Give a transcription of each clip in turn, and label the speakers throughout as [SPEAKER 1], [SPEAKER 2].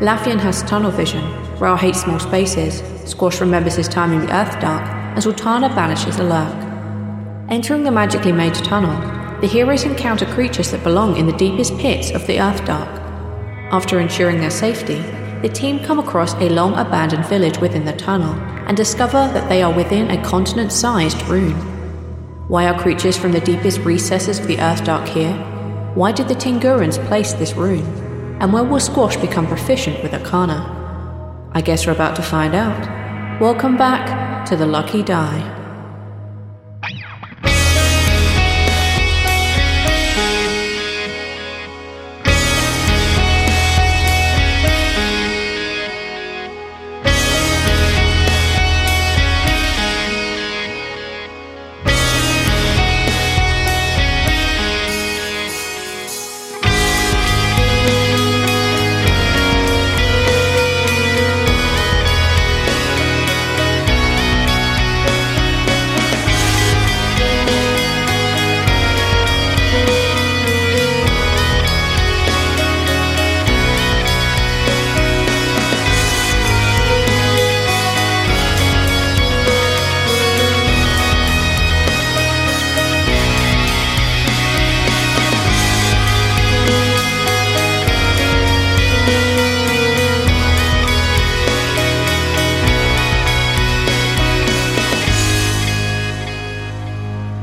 [SPEAKER 1] Laffian has tunnel vision, Raoul hates small spaces, Squash remembers his time in the Earth Dark, and Sultana banishes the Lurk. Entering the magically made tunnel, the heroes encounter creatures that belong in the deepest pits of the Earth Dark. After ensuring their safety, the team come across a long abandoned village within the tunnel and discover that they are within a continent sized rune. Why are creatures from the deepest recesses of the Earth Dark here? Why did the Tingurans place this rune? And when will Squash become proficient with Arcana? I guess we're about to find out. Welcome back to the Lucky Die.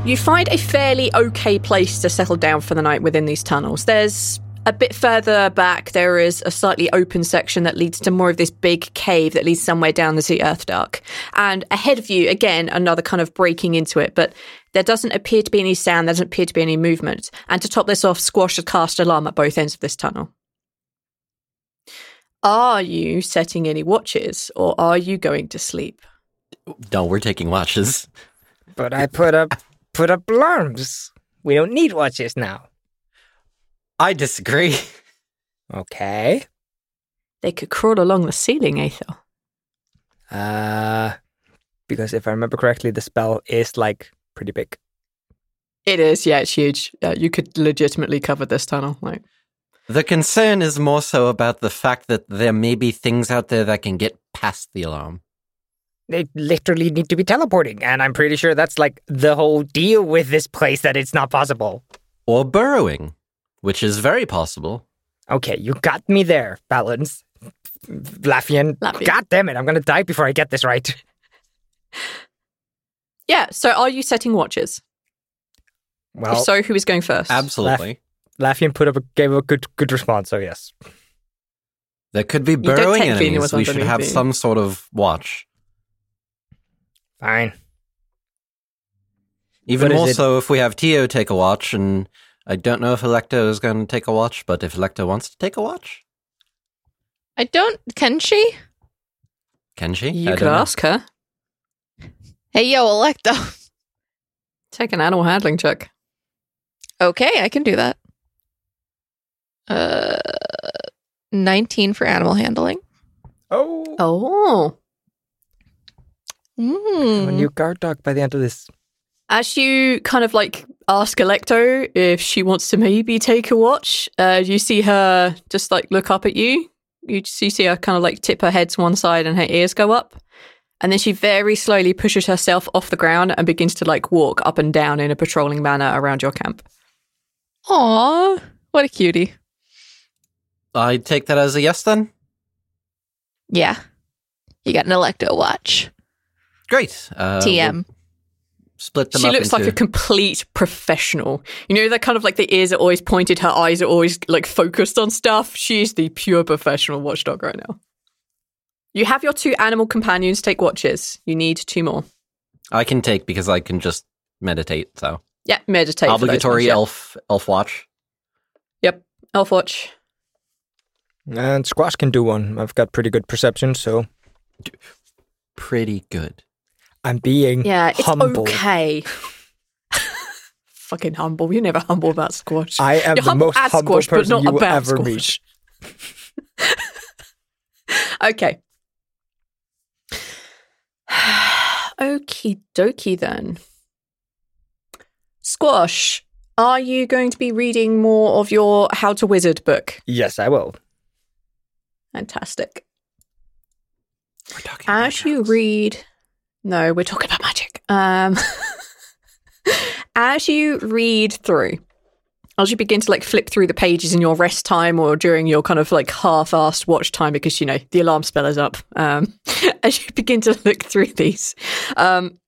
[SPEAKER 2] You find a fairly okay place to settle down for the night within these tunnels. There's a bit further back, there is a slightly open section that leads to more of this big cave that leads somewhere down the sea earth dark. And ahead of you, again, another kind of breaking into it, but there doesn't appear to be any sound, there doesn't appear to be any movement. And to top this off, Squash has cast alarm at both ends of this tunnel. Are you setting any watches or are you going to sleep?
[SPEAKER 3] No, we're taking watches.
[SPEAKER 4] But I put up put up alarms. We don't need watches now.
[SPEAKER 3] I disagree.
[SPEAKER 4] Okay.
[SPEAKER 2] They could crawl along the ceiling, Aethel.
[SPEAKER 4] Uh because if I remember correctly, the spell is like pretty big.
[SPEAKER 2] It is, yeah, it's huge. Uh, you could legitimately cover this tunnel. Like,
[SPEAKER 3] The concern is more so about the fact that there may be things out there that can get past the alarm.
[SPEAKER 4] They literally need to be teleporting, and I'm pretty sure that's like the whole deal with this place that it's not possible.
[SPEAKER 3] Or burrowing, which is very possible.
[SPEAKER 4] Okay, you got me there, Balance. Laffian.
[SPEAKER 2] Laffian.
[SPEAKER 4] God damn it, I'm gonna die before I get this right.
[SPEAKER 2] yeah. So, are you setting watches?
[SPEAKER 4] Well,
[SPEAKER 2] if so, who is going first?
[SPEAKER 3] Absolutely.
[SPEAKER 4] Laffian put up a, gave a good good response, so yes.
[SPEAKER 3] There could be
[SPEAKER 2] don't
[SPEAKER 3] burrowing
[SPEAKER 2] technically know
[SPEAKER 3] enemies.
[SPEAKER 2] what's
[SPEAKER 3] We should
[SPEAKER 2] underneath
[SPEAKER 3] have
[SPEAKER 2] you.
[SPEAKER 3] some sort of watch.
[SPEAKER 4] Fine.
[SPEAKER 3] Even
[SPEAKER 4] What is
[SPEAKER 3] more
[SPEAKER 4] it?
[SPEAKER 3] so if we have Tio take a watch, and I don't know if Electo is going to take a watch, but if Electo wants to take a watch,
[SPEAKER 5] I don't. Can she?
[SPEAKER 3] can she?
[SPEAKER 2] You
[SPEAKER 3] I
[SPEAKER 2] could
[SPEAKER 3] don't know.
[SPEAKER 2] ask her.
[SPEAKER 5] Hey, yo, Electo.
[SPEAKER 2] Take an animal handling check.
[SPEAKER 5] Okay, I can do that. Uh, 19 for animal handling.
[SPEAKER 2] Oh.
[SPEAKER 4] A
[SPEAKER 5] Mm.
[SPEAKER 4] new guard dog by the end of this.
[SPEAKER 2] As you kind of like ask Electo if she wants to maybe take a watch, uh, you see her just like look up at you. You, just- you see her kind of like tip her head to one side and her ears go up. And then she very slowly pushes herself off the ground and begins to like walk up and down in a patrolling manner around your camp.
[SPEAKER 5] Aw, what a cutie.
[SPEAKER 3] I take that as a yes then.
[SPEAKER 5] Yeah. You got an Electo watch.
[SPEAKER 3] Great. Uh,
[SPEAKER 5] TM.
[SPEAKER 3] we'll Split them
[SPEAKER 2] she
[SPEAKER 3] up
[SPEAKER 2] looks like
[SPEAKER 3] into-
[SPEAKER 2] a complete professional. You know, they're kind of like the ears are always pointed, her eyes are always like focused on stuff. She's the pure professional watchdog right now. You have your two animal companions take watches. You need two more.
[SPEAKER 3] I can take because I can just meditate. So
[SPEAKER 2] Yeah, meditate. for those ones,
[SPEAKER 3] obligatory
[SPEAKER 2] yeah.
[SPEAKER 3] elf elf watch.
[SPEAKER 2] Yep, elf watch.
[SPEAKER 4] And Squash can do one. I've got pretty good perception, so
[SPEAKER 3] Pretty good.
[SPEAKER 4] I'm being
[SPEAKER 2] Yeah, it's
[SPEAKER 4] humble.
[SPEAKER 2] okay. Fucking humble. You're never humble about squash.
[SPEAKER 4] I
[SPEAKER 2] You're
[SPEAKER 4] am the
[SPEAKER 2] humble
[SPEAKER 4] most
[SPEAKER 2] at
[SPEAKER 4] humble
[SPEAKER 2] squash, but
[SPEAKER 4] person
[SPEAKER 2] not
[SPEAKER 4] you will
[SPEAKER 2] about
[SPEAKER 4] ever
[SPEAKER 2] squash.
[SPEAKER 4] meet.
[SPEAKER 2] Okay. Okie dokie then. Squash, are you going to be reading more of your How to Wizard book?
[SPEAKER 4] Yes, I will.
[SPEAKER 2] Fantastic.
[SPEAKER 3] We're talking about
[SPEAKER 2] As you
[SPEAKER 3] cows.
[SPEAKER 2] read, no, we're talking about magic. Um, as you read through, as you begin to like flip through the pages in your rest time or during your kind of like half-assed watch time, because you know the alarm spell is up. Um, as you begin to look through these, um,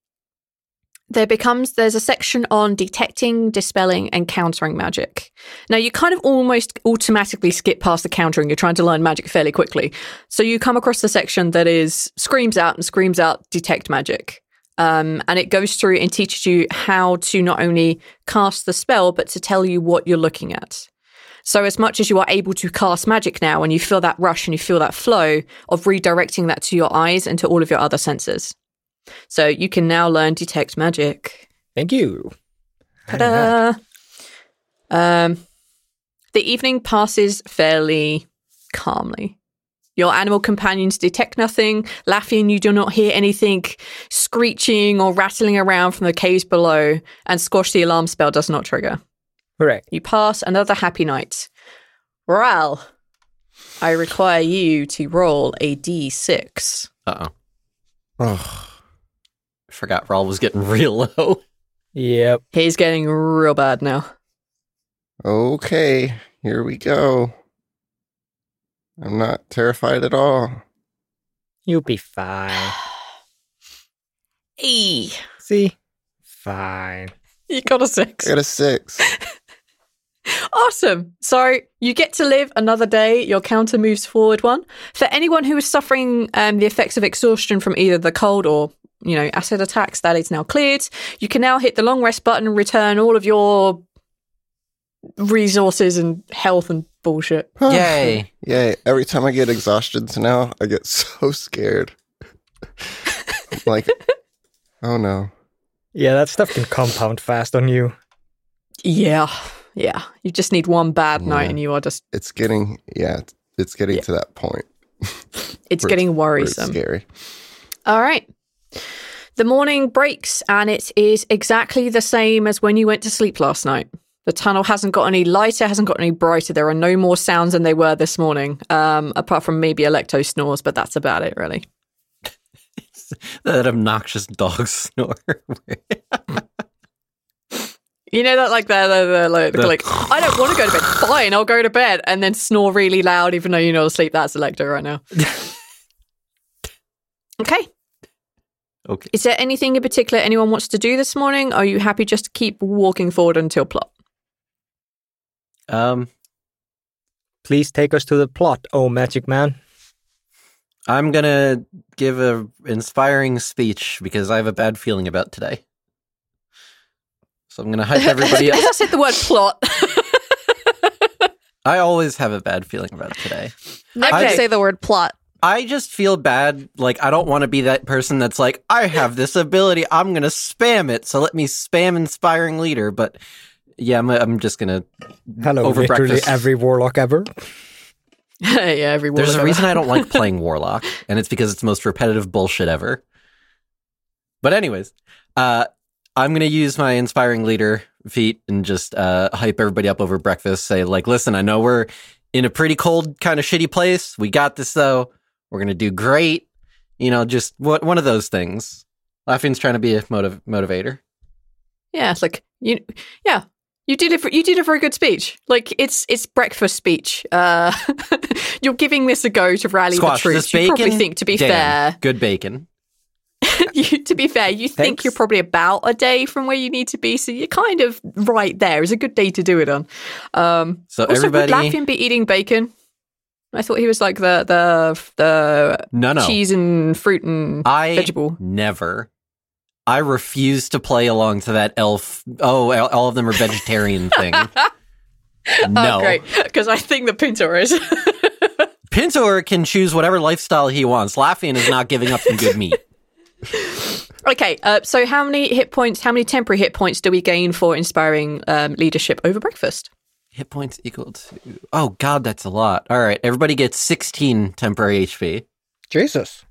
[SPEAKER 2] there becomes there's a section on detecting, dispelling, and countering magic. Now you kind of almost automatically skip past the countering. You're trying to learn magic fairly quickly. So you come across the section that is screams out and screams out detect magic. Um, and it goes through and teaches you how to not only cast the spell, but to tell you what you're looking at. So, as much as you are able to cast magic now and you feel that rush and you feel that flow of redirecting that to your eyes and to all of your other senses. So, you can now learn detect magic.
[SPEAKER 4] Thank you.
[SPEAKER 2] Ta-da! Um, the evening passes fairly calmly. Your animal companions detect nothing. Laughing, you do not hear anything screeching or rattling around from the caves below. And Squash, the alarm spell does not trigger.
[SPEAKER 4] Hooray.
[SPEAKER 2] You pass another happy night. Ral, I require you to roll a d6.
[SPEAKER 3] Uh oh. Forgot Rawl was getting real low.
[SPEAKER 4] Yep.
[SPEAKER 2] He's getting real bad now.
[SPEAKER 6] Okay, here we go. I'm not terrified at all.
[SPEAKER 4] You'll be fine.
[SPEAKER 2] E.
[SPEAKER 4] See? Fine.
[SPEAKER 2] You got a six.
[SPEAKER 6] I got a six.
[SPEAKER 2] Awesome. So you get to live another day. Your counter moves forward one. For anyone who is suffering um, the effects of exhaustion from either the cold or you know acid attacks, that is now cleared. You can now hit the long rest button and return all of your resources and health and bullshit.
[SPEAKER 3] Yay.
[SPEAKER 6] Yay. Every time I get exhaustions now, I get so scared. I'm like, oh no.
[SPEAKER 4] Yeah, that stuff can compound fast on you.
[SPEAKER 2] Yeah, yeah. You just need one bad night,
[SPEAKER 6] Yeah.
[SPEAKER 2] and you are just.
[SPEAKER 6] It's getting, yeah, it's- it's getting to that point.
[SPEAKER 2] It's
[SPEAKER 6] Where
[SPEAKER 2] getting
[SPEAKER 6] where it's
[SPEAKER 2] worrisome.
[SPEAKER 6] scary.
[SPEAKER 2] All right. The morning breaks and it is exactly the same as when you went to sleep last night. The tunnel hasn't got any lighter, hasn't got any brighter. There are no more sounds than they were this morning, um, apart from maybe Electo snores, but that's about it, really.
[SPEAKER 3] that obnoxious dog snore.
[SPEAKER 2] You know that, like the, the, the, like,
[SPEAKER 3] The-
[SPEAKER 2] like I don't want to go to bed. Fine, I'll go to bed, and then snore really loud, even though you're not asleep. That's Electo right now. okay.
[SPEAKER 3] okay.
[SPEAKER 2] Is there anything in particular anyone wants to do this morning? Are you happy just to keep walking forward until plot?
[SPEAKER 3] Um,
[SPEAKER 4] Please take us to the plot, oh magic man.
[SPEAKER 3] I'm gonna give a inspiring speech because I have a bad feeling about today. So I'm gonna hype everybody up.
[SPEAKER 2] I said the word plot.
[SPEAKER 3] I always have a bad feeling about today.
[SPEAKER 5] Never
[SPEAKER 3] Okay.
[SPEAKER 5] say the word plot.
[SPEAKER 3] I just feel bad. Like I don't want to be that person that's like, I have this ability. I'm gonna spam it. So let me spam inspiring leader. But yeah, I'm, I'm just gonna
[SPEAKER 4] Hello,
[SPEAKER 3] Over
[SPEAKER 4] literally
[SPEAKER 3] breakfast.
[SPEAKER 4] every warlock ever.
[SPEAKER 2] yeah, every
[SPEAKER 3] There's
[SPEAKER 2] warlock
[SPEAKER 3] a
[SPEAKER 2] ever.
[SPEAKER 3] reason I don't like playing Warlock, and it's because it's the most repetitive bullshit ever. But anyways, uh, I'm gonna use my inspiring leader feat and just uh, hype everybody up over breakfast. Say like, listen, I know we're in a pretty cold, kind of shitty place. We got this though. We're gonna do great. You know, just what one of those things. Laughing's trying to be a motiv- motivator.
[SPEAKER 2] Yeah, it's like you. Yeah, you did a you did a very good speech. Like it's it's breakfast speech. Uh, you're giving this a go to rally
[SPEAKER 3] Squash
[SPEAKER 2] the
[SPEAKER 3] this
[SPEAKER 2] troops. You
[SPEAKER 3] bacon.
[SPEAKER 2] probably think to be
[SPEAKER 3] Damn, good bacon.
[SPEAKER 2] fair. you, to be fair, you think
[SPEAKER 4] Thanks.
[SPEAKER 2] you're probably about a day from where you need to be, so you're kind of right there. It's a good day to do it on. Um,
[SPEAKER 3] So
[SPEAKER 2] also,
[SPEAKER 3] everybody,
[SPEAKER 2] would Laffian be eating bacon? I thought he was like the the the
[SPEAKER 3] no, no,
[SPEAKER 2] cheese and fruit and
[SPEAKER 3] I
[SPEAKER 2] vegetable.
[SPEAKER 3] Never. I refuse to play along to that elf. Oh, all all of them are vegetarian thing. no,
[SPEAKER 2] Oh, great, because I think the pinto is.
[SPEAKER 3] Pintor can choose whatever lifestyle he wants. Laffian is not giving up some good meat.
[SPEAKER 2] Okay, uh, so how many hit points, how many temporary hit points do we gain for inspiring um, leadership over breakfast?
[SPEAKER 3] Hit points equal to. Oh God, that's a lot. All right, everybody gets sixteen temporary HP.
[SPEAKER 4] Jesus.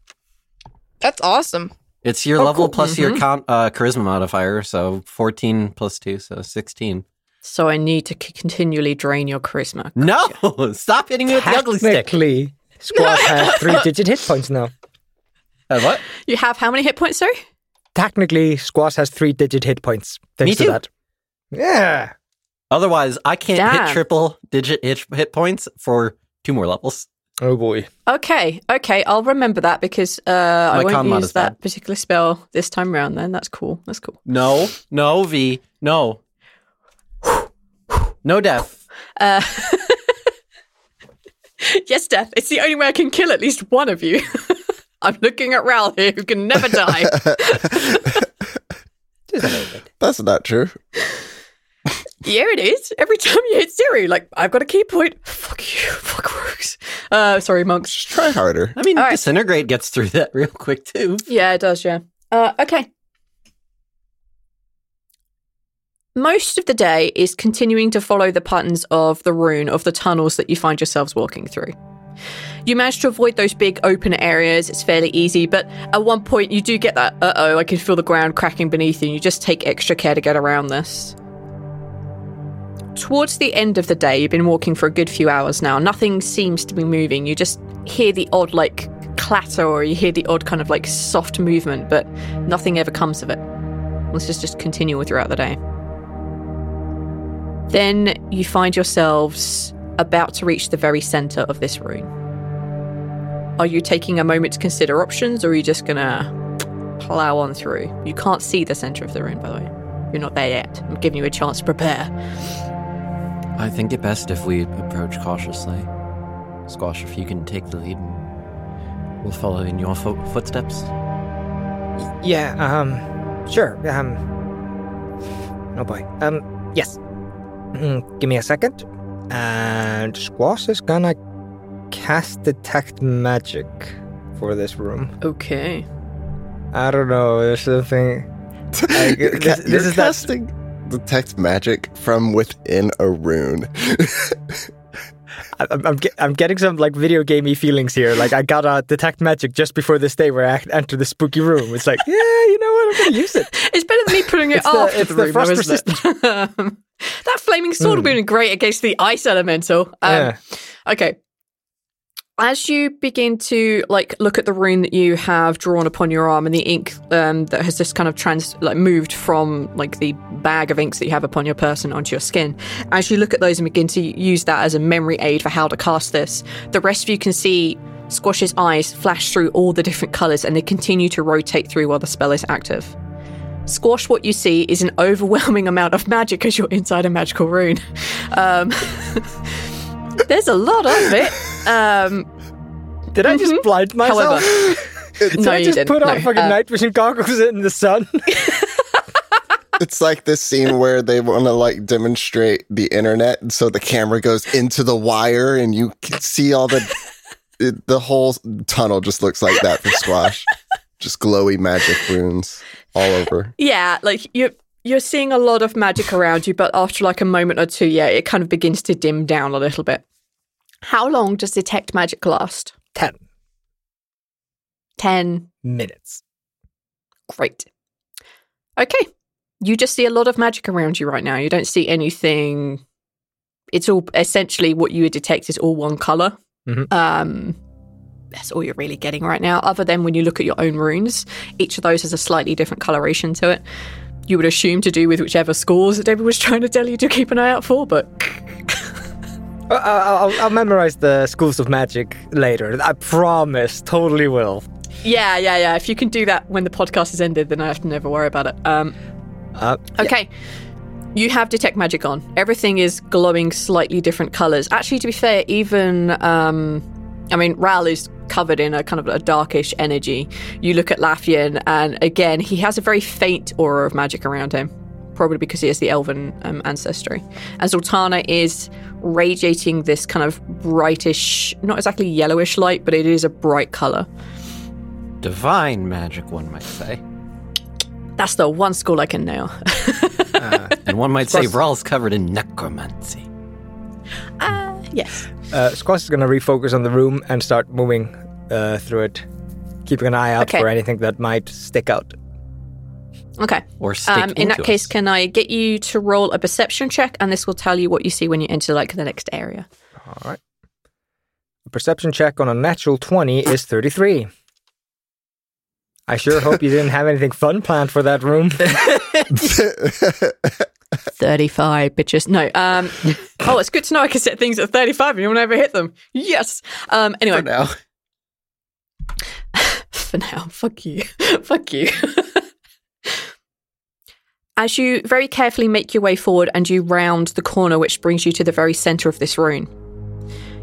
[SPEAKER 5] That's awesome.
[SPEAKER 3] It's your
[SPEAKER 2] Oh,
[SPEAKER 3] level
[SPEAKER 2] cool.
[SPEAKER 3] plus your con- uh, charisma modifier, so fourteen plus two, so sixteen.
[SPEAKER 2] So I need to c- continually drain your charisma.
[SPEAKER 3] No, stop hitting me with the ugly stick.
[SPEAKER 4] Technically, Squash has three-digit hit points now.
[SPEAKER 3] Uh, what?
[SPEAKER 2] You have how many hit points, sorry?
[SPEAKER 4] Technically, Squash has three-digit hit points. Thanks
[SPEAKER 3] Me
[SPEAKER 4] to
[SPEAKER 3] too.
[SPEAKER 4] that. Yeah.
[SPEAKER 3] Otherwise, I can't
[SPEAKER 2] Damn.
[SPEAKER 3] hit triple digit hit, hit points for two more levels.
[SPEAKER 4] Oh boy.
[SPEAKER 2] Okay, okay, I'll remember that because uh, I
[SPEAKER 3] con
[SPEAKER 2] won't
[SPEAKER 3] mod
[SPEAKER 2] use
[SPEAKER 3] is
[SPEAKER 2] that
[SPEAKER 3] bad.
[SPEAKER 2] particular spell this time round. Then that's cool. That's cool.
[SPEAKER 3] No, no, V, no. No death.
[SPEAKER 2] Uh, yes, death. It's the only way I can kill at least one of you. I'm looking at Ral here, who can never die.
[SPEAKER 4] Just a little bit.
[SPEAKER 6] That's not true.
[SPEAKER 2] Yeah, it is. Every time you hit zero, like I've got a key point. Fuck you. Fuck works. Uh, sorry, monks.
[SPEAKER 6] Just try harder.
[SPEAKER 3] I mean,
[SPEAKER 2] All right.
[SPEAKER 3] disintegrate gets through that real quick too.
[SPEAKER 2] Yeah, it does. Yeah. Uh, okay. Most of the day is continuing to follow the patterns of the rune of the tunnels that you find yourselves walking through. You manage to avoid those big open areas. It's fairly easy, but at one point you do get that. Uh oh, I can feel the ground cracking beneath you. and You just take extra care to get around this. Towards the end of the day, you've been walking for a good few hours now. Nothing seems to be moving. You just hear the odd, like, clatter or you hear the odd kind of, like, soft movement, but nothing ever comes of it. Let's just, just continue throughout the day. Then you find yourselves about to reach the very center of this room. Are you taking a moment to consider options or are you just gonna plow on through? You can't see the center of the room, by the way. You're not there yet. I'm giving you a chance to prepare.
[SPEAKER 3] I think it best if we approach cautiously. Squash, if you can take the lead, we'll follow in your fo- footsteps.
[SPEAKER 4] Yeah. Um. Sure. Um. Oh boy. Um. Yes. Mm, give me a second. And Squash is gonna cast detect magic for this room.
[SPEAKER 2] Okay.
[SPEAKER 4] I don't know. There's something. I-
[SPEAKER 6] You're
[SPEAKER 4] this-
[SPEAKER 6] ca-
[SPEAKER 4] this
[SPEAKER 6] you're
[SPEAKER 4] is that-
[SPEAKER 6] casting detect magic from within a rune.
[SPEAKER 4] I- I'm, I'm, ge- I'm getting some like video gamey feelings here. Like I gotta detect magic just before this day where I enter the spooky room. It's like, yeah, you know what? I'm gonna use it.
[SPEAKER 2] It's better than me putting it
[SPEAKER 4] It's the-
[SPEAKER 2] off.
[SPEAKER 4] it's
[SPEAKER 2] the,
[SPEAKER 4] the
[SPEAKER 2] room, though,
[SPEAKER 4] frost
[SPEAKER 2] isn't it? that flaming sword would have been great against the ice elemental. Um,
[SPEAKER 4] Hmm. Yeah.
[SPEAKER 2] Okay. As you begin to like look at the rune that you have drawn upon your arm and the ink um, that has just kind of trans like moved from like the bag of inks that you have upon your person onto your skin, as you look at those and begin to use that as a memory aid for how to cast this, the rest of you can see Squash's eyes flash through all the different colors and they continue to rotate through while the spell is active. Squash what you see is an overwhelming amount of magic as you're inside a magical rune. Um, there's a lot of it. Um,
[SPEAKER 4] Did I just blind myself?
[SPEAKER 2] mm-hmm. However,
[SPEAKER 4] Did
[SPEAKER 2] no,
[SPEAKER 4] I
[SPEAKER 2] you
[SPEAKER 4] just
[SPEAKER 2] didn't.
[SPEAKER 4] put on
[SPEAKER 2] No,
[SPEAKER 4] fucking
[SPEAKER 2] uh,
[SPEAKER 4] night vision goggles in the sun?
[SPEAKER 6] it's like this scene where they want to like demonstrate the internet, and so the camera goes into the wire, and you can see all the it, the whole tunnel just looks like that for Squash. just glowy magic runes all over.
[SPEAKER 2] yeah, like you you're seeing a lot of magic around you, but after like a moment or two, yeah, it kind of begins to dim down a little bit. How long does detect magic last?
[SPEAKER 4] 10
[SPEAKER 2] 10.
[SPEAKER 4] minutes.
[SPEAKER 2] Great. Okay. You just see a lot of magic around you right now. You don't see anything. It's all essentially what you would detect is all one color.
[SPEAKER 4] Mhm.
[SPEAKER 2] Um, that's all you're really getting right now. Other than when you look at your own runes, each of those has a slightly different coloration to it. You would assume to do with whichever scores that David was trying to tell you to keep an eye out for, but
[SPEAKER 4] I- I- Uh, I'll, I'll memorize the schools of magic later. I promise, totally will.
[SPEAKER 2] yeah, yeah, yeah. If you can do that when the podcast is ended, then I have to never worry about it. Um,
[SPEAKER 4] Uh,
[SPEAKER 2] Okay. You have detect magic on. Everything is glowing slightly different colors. Actually, to be fair, even um, I mean, Ral is covered in a kind of a darkish energy. You look at Laffian, and again, he has a very faint aura of magic around him, probably because he has the elven um, ancestry. And Zoltana is radiating this kind of brightish, not exactly yellowish light, but it is a bright color.
[SPEAKER 3] Divine magic, one might say.
[SPEAKER 2] That's the one school I can nail.
[SPEAKER 3] And one might say Ral's covered in necromancy.
[SPEAKER 2] yes.
[SPEAKER 4] uh, Squash is going to refocus on the room and start moving uh, through it, keeping an eye out
[SPEAKER 2] Okay.
[SPEAKER 4] for anything that might stick out.
[SPEAKER 2] Okay.
[SPEAKER 3] Or stick
[SPEAKER 2] Um, in that
[SPEAKER 3] into
[SPEAKER 2] case,
[SPEAKER 3] us.
[SPEAKER 2] can I get you to roll a perception check, and this will tell you what you see when you enter like the next area?
[SPEAKER 4] All right. A perception check on a natural 20 is 33. I sure hope you didn't have anything fun planned for that room.
[SPEAKER 2] 35 bitches no um oh it's good to know i can set things at 35 and you'll never hit them yes um anyway
[SPEAKER 3] for now.
[SPEAKER 2] for now. Fuck you. Fuck you. As you very carefully make your way forward and you round the corner, which brings you to the very center of this ruin,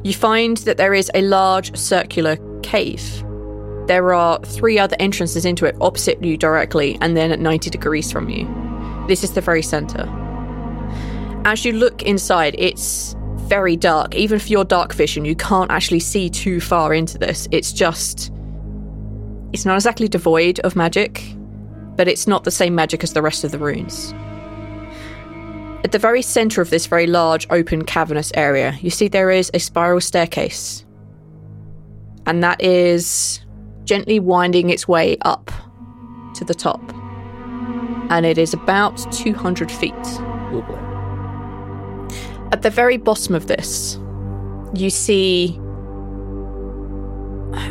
[SPEAKER 2] you find that there is a large circular cave. There are three other entrances into it opposite you directly and then at 90 degrees from you. This is the very center. As you look inside, it's very dark. Even for your dark vision, you can't actually see too far into this. It's just it's not exactly devoid of magic, but it's not the same magic as the rest of the runes. At the very centre of this very large, open, cavernous area, you see there is a spiral staircase. And that is gently winding its way up to the top. And it is about 200 feet. At the very bottom of this, you see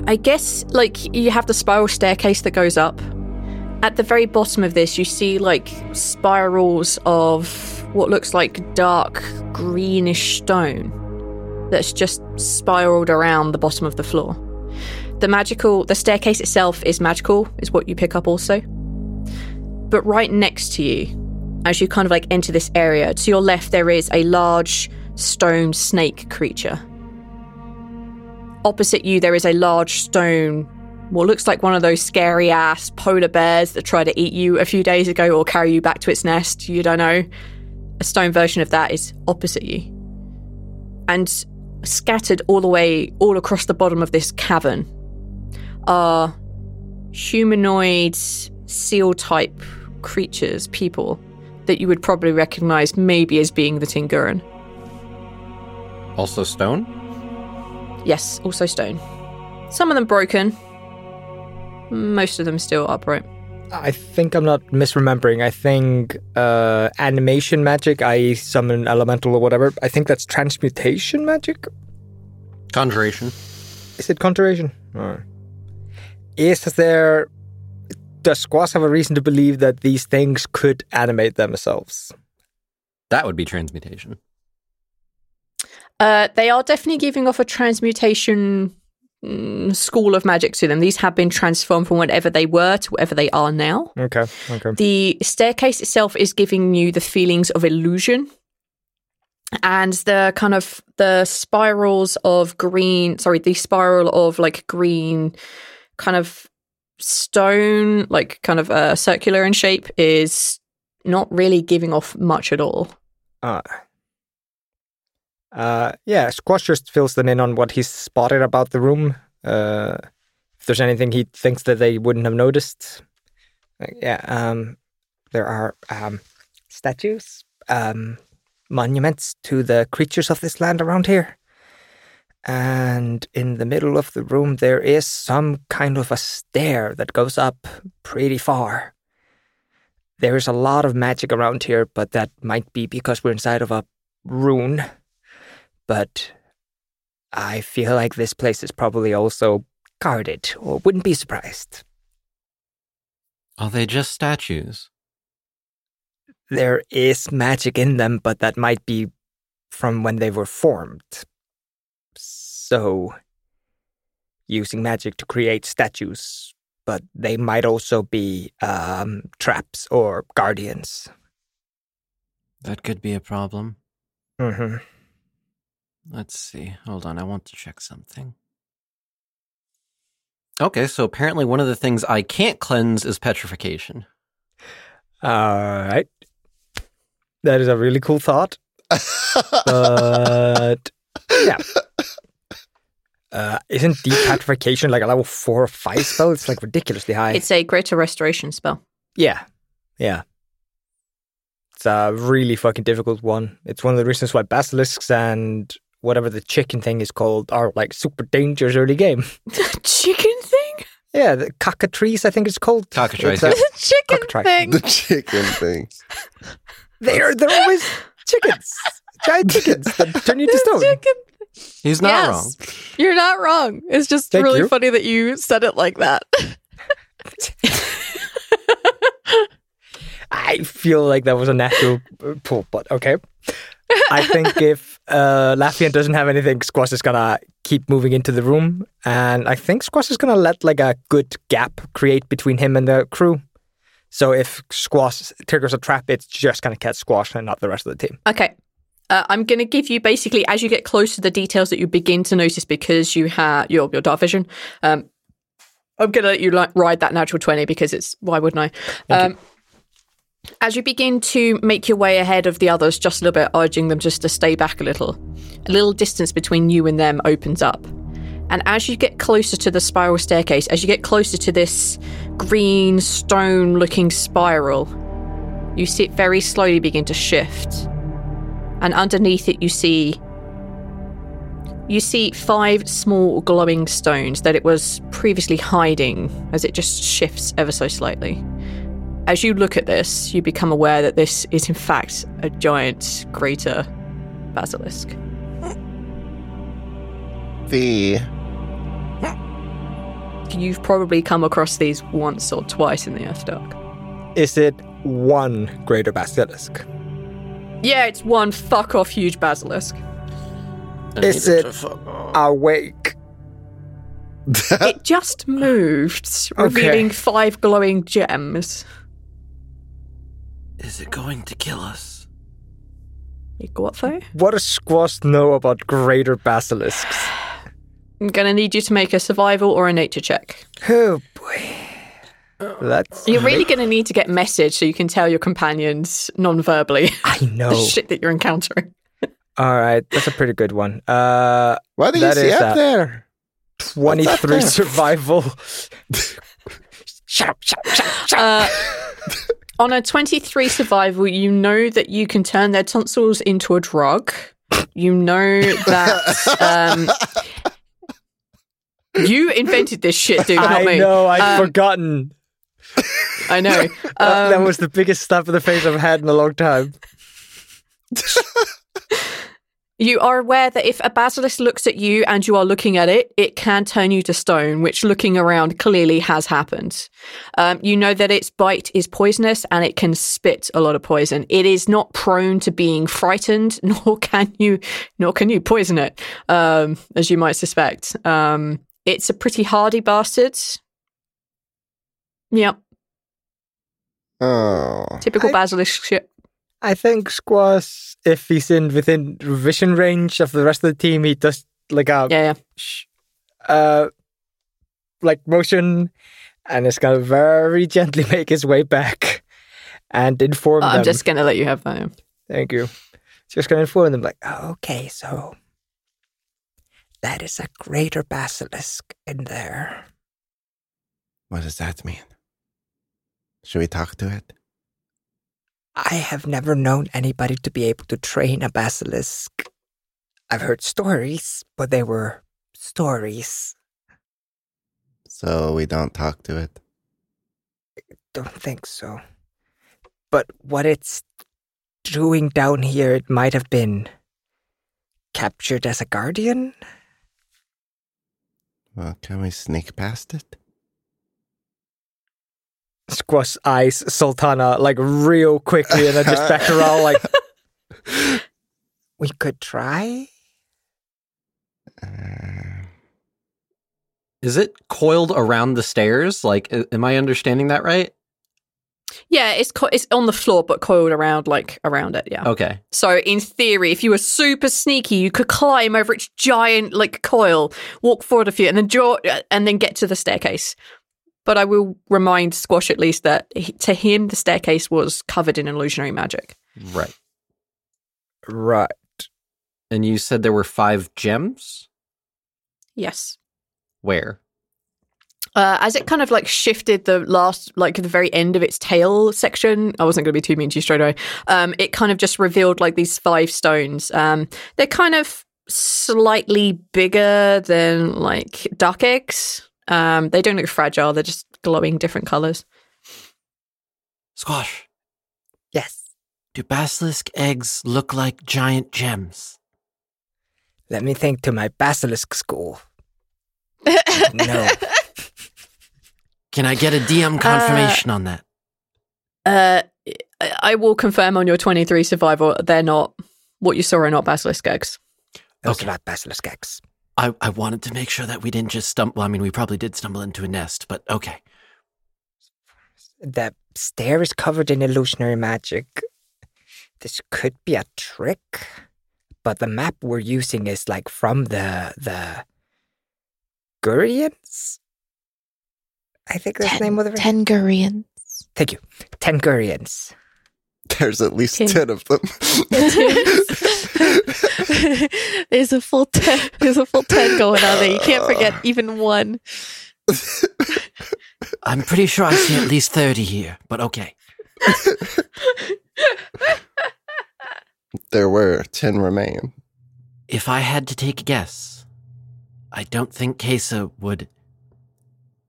[SPEAKER 2] I guess like you have the spiral staircase that goes up. At the very bottom of this, you see like spirals of what looks like dark greenish stone that's just spiraled around the bottom of the floor. The magical, the staircase itself is magical, is what you pick up also. But right next to you, as you kind of like enter this area, to your left, there is a large stone snake creature opposite you there is a large stone what looks like one of those scary ass polar bears that tried to eat you a few days ago or carry you back to its nest you don't know a stone version of that is opposite you and scattered all the way all across the bottom of this cavern are humanoid seal type creatures people that you would probably recognize maybe as being the tinguran
[SPEAKER 3] Also stone?
[SPEAKER 2] Yes, also stone. Some of them broken. Most of them still upright.
[SPEAKER 4] I think I'm not misremembering. I think uh, animation magic, i.e., summon elemental or whatever, I think that's transmutation magic.
[SPEAKER 3] Conjuration.
[SPEAKER 4] Is it conjuration? Or is there. Does Squash have a reason to believe that these things could animate themselves?
[SPEAKER 3] That would be transmutation.
[SPEAKER 2] Uh, they are definitely giving off a transmutation mm, school of magic to them. These have been transformed from whatever they were to whatever they are now.
[SPEAKER 4] Okay, okay.
[SPEAKER 2] The staircase itself is giving you the feelings of illusion. And the kind of the spirals of green, sorry, the spiral of like green kind of stone, like kind of uh, circular in shape, is not really giving off much at all.
[SPEAKER 4] Uh, uh, yeah, Squash just fills them in on what he's spotted about the room. Uh, if there's anything he thinks that they wouldn't have noticed. Uh, yeah, um, there are um, statues, um, monuments to the creatures of this land around here. And in the middle of the room, there is some kind of a stair that goes up pretty far. There is a lot of magic around here, but that might be because we're inside of a rune. But I feel like this place is probably also guarded, or wouldn't be surprised.
[SPEAKER 3] Are they just statues?
[SPEAKER 4] There is magic in them, but that might be from when they were formed. So, using magic to create statues, but they might also be um, traps or guardians.
[SPEAKER 3] That could be a problem.
[SPEAKER 4] Mm-hmm.
[SPEAKER 3] Let's see. Hold on. I want to check something. Okay, so apparently one of the things I can't cleanse is petrification.
[SPEAKER 4] All right. That is a really cool thought. But yeah. Uh, isn't depetrification like a level four or five spell? It's like ridiculously high.
[SPEAKER 2] It's a greater restoration spell.
[SPEAKER 4] yeah. Yeah. It's a really fucking difficult one. It's one of the reasons why basilisks and whatever the chicken thing is called are like super dangerous early game.
[SPEAKER 2] Chicken thing?
[SPEAKER 4] Yeah, the cockatrice, I think it's called.
[SPEAKER 3] Cockatrice,
[SPEAKER 4] It's a-
[SPEAKER 3] yeah.
[SPEAKER 5] Chicken
[SPEAKER 4] Cockatrice.
[SPEAKER 5] thing.
[SPEAKER 6] The chicken thing.
[SPEAKER 4] They're they're always chickens, giant chickens that turn you to stone.
[SPEAKER 5] Chicken.
[SPEAKER 3] He's not
[SPEAKER 5] yes.
[SPEAKER 3] wrong.
[SPEAKER 5] You're not wrong. It's just
[SPEAKER 4] Thank
[SPEAKER 5] really
[SPEAKER 4] you.
[SPEAKER 5] funny that you said it like that.
[SPEAKER 4] I feel like that was a natural uh, pull, but okay. I think if uh, Laffian doesn't have anything, Squash is gonna keep moving into the room, and I think Squash is gonna let like a good gap create between him and the crew. So if Squash triggers a trap, it's just gonna catch Squash and not the rest of the team.
[SPEAKER 2] Okay. Uh, I'm going to give you basically as you get closer the details that you begin to notice because you have your your dark vision. Um, I'm going to let you like, ride that natural twenty because it's why wouldn't I? Um, as you begin to make your way ahead of the others, just a little bit, urging them just to stay back a little. A little distance between you and them opens up. And as you get closer to the spiral staircase, as you get closer to this green stone looking spiral, you see it very slowly begin to shift and underneath it you see you see five small glowing stones that it was previously hiding as it just shifts ever so slightly as you look at this you become aware that this is in fact a giant greater basilisk
[SPEAKER 6] The
[SPEAKER 2] you've probably come across these once or twice in the earth dark
[SPEAKER 4] Is it one greater basilisk?
[SPEAKER 2] yeah it's one fuck off huge basilisk
[SPEAKER 3] I
[SPEAKER 4] Is
[SPEAKER 3] need
[SPEAKER 4] it awake?
[SPEAKER 6] Uh,
[SPEAKER 2] it just moved
[SPEAKER 4] Okay.
[SPEAKER 2] revealing five glowing gems
[SPEAKER 3] Is it going to kill us?
[SPEAKER 2] you got though
[SPEAKER 4] What does Squash know about greater basilisks?
[SPEAKER 2] I'm gonna need you to make a survival or a nature check.
[SPEAKER 4] Oh boy. That's
[SPEAKER 2] You're really gonna need to get message so you can tell your companions non-verbally
[SPEAKER 4] I know.
[SPEAKER 2] the shit that you're encountering.
[SPEAKER 4] All right, that's a pretty good one. Uh,
[SPEAKER 6] why do you
[SPEAKER 4] That
[SPEAKER 6] see
[SPEAKER 4] is
[SPEAKER 6] up
[SPEAKER 4] a-
[SPEAKER 6] there?
[SPEAKER 4] twenty-three survival. shut up! Shut up! Shut up!
[SPEAKER 2] Uh, on a 23 survival, you know that you can turn their tonsils into a drug. You know that um, you invented this shit, dude. Not
[SPEAKER 4] I
[SPEAKER 2] me.
[SPEAKER 4] know. I'd
[SPEAKER 2] Um,
[SPEAKER 4] forgotten.
[SPEAKER 2] I know.
[SPEAKER 4] Uh, that
[SPEAKER 2] Um,
[SPEAKER 4] was the biggest slap in the face I've had in a long time.
[SPEAKER 2] You are aware that if a basilisk looks at you and you are looking at it, it can turn you to stone, which looking around clearly has happened. Um, you know that its bite is poisonous and it can spit a lot of poison. It is not prone to being frightened, nor can you, nor can you poison it, um, as you might suspect. Um, it's a pretty hardy bastard. Yep,
[SPEAKER 6] Oh.
[SPEAKER 2] typical
[SPEAKER 4] I-
[SPEAKER 2] basilisk shit.
[SPEAKER 4] I think Squash, if he's in within vision range of the rest of the team, he does like a
[SPEAKER 2] Yeah, yeah.
[SPEAKER 4] sh- uh, like motion, and it's gonna very gently make his way back and inform
[SPEAKER 2] Uh, I'm
[SPEAKER 4] them.
[SPEAKER 2] just gonna let you have that. yeah.
[SPEAKER 4] Thank you. Just gonna inform them, like, okay, so that is a greater basilisk in there.
[SPEAKER 7] What does that mean? Should we talk to it?
[SPEAKER 4] I have never known anybody to be able to train a basilisk. I've heard stories, but they were stories.
[SPEAKER 7] So we don't talk to it.
[SPEAKER 4] Don't think so. But what it's doing down here, it might have been captured as a guardian?
[SPEAKER 7] Well, can we sneak past it?
[SPEAKER 4] Squash eyes Sultana like real quickly and then just back around like we could try.
[SPEAKER 7] Uh,
[SPEAKER 3] Is it coiled around the stairs? Like, a- am I understanding that right?
[SPEAKER 2] Yeah, it's co- it's on the floor but coiled around like around it. Yeah.
[SPEAKER 3] Okay.
[SPEAKER 2] So in theory, if you were super sneaky, you could climb over its giant like coil, walk forward a few, and then draw, and then get to the staircase. But I will remind Squash at least that he, to him the staircase was covered in illusionary magic.
[SPEAKER 3] Right.
[SPEAKER 4] Right.
[SPEAKER 3] And you said there were five gems?
[SPEAKER 2] Yes.
[SPEAKER 3] Where?
[SPEAKER 2] Uh, as it kind of like shifted the last, like the very end of its tail section, I wasn't going to be too mean to you straight away. Um, it kind of just revealed like these five stones. Um, they're kind of slightly bigger than like duck eggs. Um, they don't look fragile. They're just glowing different colors.
[SPEAKER 3] Squash,
[SPEAKER 4] Yes.
[SPEAKER 3] do basilisk eggs look like giant gems?
[SPEAKER 4] Let me think to my basilisk school. no.
[SPEAKER 3] Can I get a DM
[SPEAKER 2] confirmation
[SPEAKER 3] on that?
[SPEAKER 2] Uh, I- I will confirm on your 23 survival, they're not what you saw are not basilisk eggs.
[SPEAKER 4] Those
[SPEAKER 3] Okay.
[SPEAKER 4] are not basilisk eggs.
[SPEAKER 3] I, I wanted to make sure that we didn't just stumble. I mean, we probably did stumble into a nest, but okay.
[SPEAKER 4] The stair is covered in illusionary magic. This could be a trick, but the map we're using is like from the the Gurians. I think that's the name of the
[SPEAKER 5] Ten Gurians.
[SPEAKER 4] Thank you. Ten Gurians.
[SPEAKER 6] There's at least
[SPEAKER 5] Okay.
[SPEAKER 6] 10 of them.
[SPEAKER 5] there's a full ten. There's a full ten going on there. You can't forget
[SPEAKER 7] Uh,
[SPEAKER 5] even one.
[SPEAKER 3] I'm pretty sure I see at least 30 here, but okay.
[SPEAKER 6] there were 10 remain.
[SPEAKER 3] If I had to take a guess, I don't think Kesa would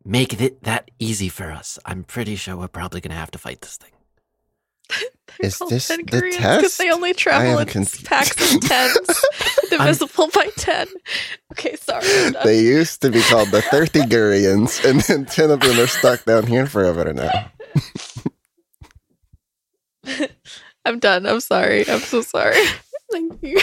[SPEAKER 3] make it that easy for us. I'm pretty sure we're probably going to have to fight this thing.
[SPEAKER 7] Is
[SPEAKER 5] called
[SPEAKER 7] this
[SPEAKER 5] 10
[SPEAKER 7] the
[SPEAKER 5] Koreans 'cause
[SPEAKER 7] test?
[SPEAKER 5] They only travel
[SPEAKER 7] am
[SPEAKER 5] in
[SPEAKER 7] confused.
[SPEAKER 5] packs of tens, divisible by ten. Okay, sorry. I'm done.
[SPEAKER 6] They used to be called the 30 Gurians, and then 10 of them are stuck down here forever now.
[SPEAKER 5] I'm done. I'm sorry. I'm so sorry. Thank you.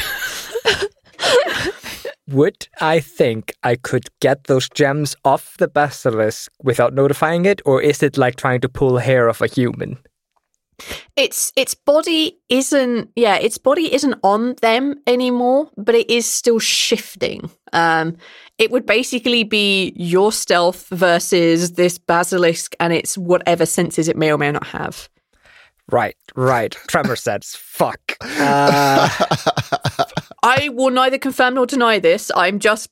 [SPEAKER 4] Would I think I could get those gems off the basilisk without notifying it, or is it like trying to pull hair off a human?
[SPEAKER 2] its its body isn't yeah its body isn't on them anymore but it is still shifting um it would basically be your stealth versus this basilisk and its whatever senses it may or may not have
[SPEAKER 4] Right, right. Tremor sense. Fuck. Uh,
[SPEAKER 2] i will neither confirm nor deny this i'm just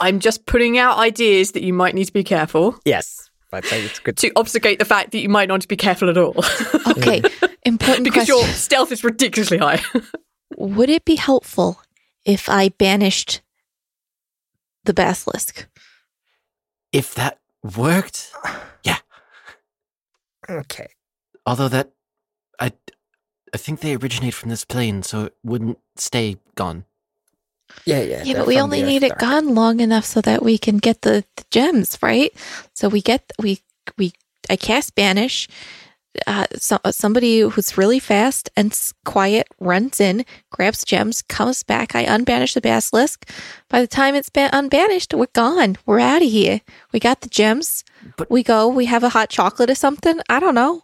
[SPEAKER 2] i'm just putting out ideas that you might need to be careful
[SPEAKER 4] yes, I think it's good.
[SPEAKER 2] to obfuscate the fact that you might not be careful at all
[SPEAKER 5] Okay, important
[SPEAKER 2] because your
[SPEAKER 5] question.
[SPEAKER 2] stealth is ridiculously high
[SPEAKER 5] Would it be helpful if I banished the basilisk?
[SPEAKER 3] If that worked,
[SPEAKER 4] Okay.
[SPEAKER 3] although that I I think they originate from this plane, so it wouldn't stay gone.
[SPEAKER 4] Yeah, yeah.
[SPEAKER 5] Yeah,
[SPEAKER 4] they're
[SPEAKER 5] but we
[SPEAKER 4] from
[SPEAKER 5] only
[SPEAKER 4] the
[SPEAKER 5] need
[SPEAKER 4] Earth
[SPEAKER 5] it
[SPEAKER 4] Dark.
[SPEAKER 5] gone long enough so that we can get the, the gems, right? So we get we we I cast banish. Uh, so, somebody who's really fast and s- quiet runs in, grabs gems, comes back. I unbanish the basilisk. By the time it's been unbanished, we're gone. We're out of here. We got the gems.
[SPEAKER 3] But-
[SPEAKER 5] we go. We have a hot chocolate or something. I don't know.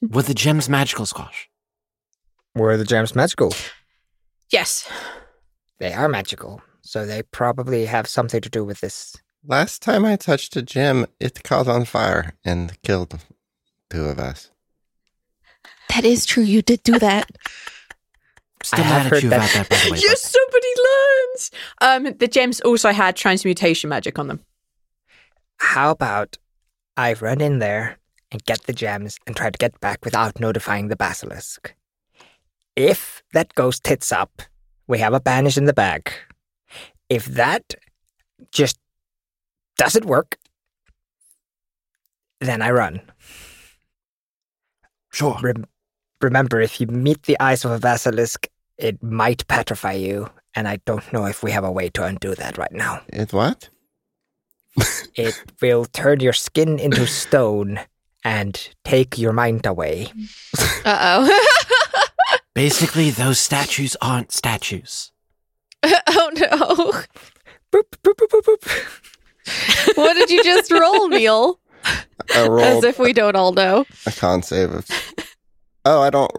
[SPEAKER 3] Were the gems magical squash?
[SPEAKER 4] Were the gems magical?
[SPEAKER 2] yes
[SPEAKER 4] They are magical, so they probably have something to do with this.
[SPEAKER 7] Last time I touched a gem, it caught on fire and killed two of us.
[SPEAKER 5] That is true. You did do that.
[SPEAKER 3] Still
[SPEAKER 4] have
[SPEAKER 3] mad at
[SPEAKER 4] heard
[SPEAKER 3] you
[SPEAKER 4] that.
[SPEAKER 3] about that, by the way.
[SPEAKER 2] yes somebody learns um the gems also had transmutation magic on them
[SPEAKER 4] How about I run in there and get the gems and try to get back without notifying the basilisk? If that goes tits up, We have a banish in the bag. If that just doesn't work, then I run.
[SPEAKER 8] Sure.
[SPEAKER 4] Rem- remember, if you meet the eyes of a basilisk, it might petrify you, and I don't know if we have a way to undo that right now.
[SPEAKER 7] It what?
[SPEAKER 4] It will turn your skin into stone and take your mind away.
[SPEAKER 5] Uh oh.
[SPEAKER 3] Basically, those statues aren't statues.
[SPEAKER 5] oh no.
[SPEAKER 4] Boop, boop, boop, boop, boop.
[SPEAKER 5] What did you just roll, Neil?
[SPEAKER 7] I
[SPEAKER 5] As
[SPEAKER 7] rolled
[SPEAKER 5] if we don't all know.
[SPEAKER 7] a con save. Of, oh, I don't.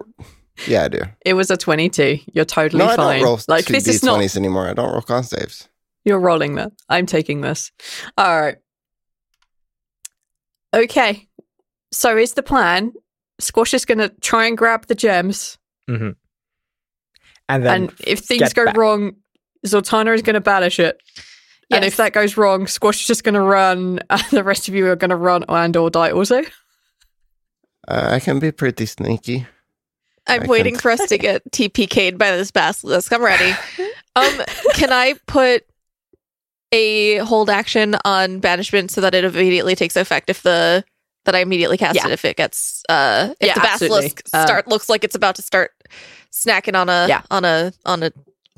[SPEAKER 7] Yeah, I do.
[SPEAKER 2] It was a 22. You're totally
[SPEAKER 7] No, I
[SPEAKER 2] fine.
[SPEAKER 7] don't roll
[SPEAKER 2] like
[SPEAKER 7] two
[SPEAKER 2] this is not
[SPEAKER 7] d20s anymore. I don't roll con saves.
[SPEAKER 2] You're rolling that. I'm taking this. All right. Okay. So is the plan. Squash is going to try and grab the gems.
[SPEAKER 4] And then
[SPEAKER 2] and if things
[SPEAKER 4] get
[SPEAKER 2] go
[SPEAKER 4] back.
[SPEAKER 2] wrong, Zoltana is going to banish it. And
[SPEAKER 5] Yes.
[SPEAKER 2] if that goes wrong, Squash is just going to run, and the rest of you are going to run and or die also.
[SPEAKER 7] Uh, I can be pretty sneaky.
[SPEAKER 5] I'm
[SPEAKER 7] I
[SPEAKER 5] waiting
[SPEAKER 7] can-
[SPEAKER 5] for us to get TPK'd by this basilisk. I'm ready. Um, can I put a hold action on banishment so that it immediately takes effect if the that I immediately cast
[SPEAKER 2] Yeah.
[SPEAKER 5] it if it gets uh if
[SPEAKER 2] Yeah,
[SPEAKER 5] the basilisk
[SPEAKER 2] absolutely. Uh,
[SPEAKER 5] start looks like it's about to start snacking on a
[SPEAKER 2] Yeah.
[SPEAKER 5] on a on a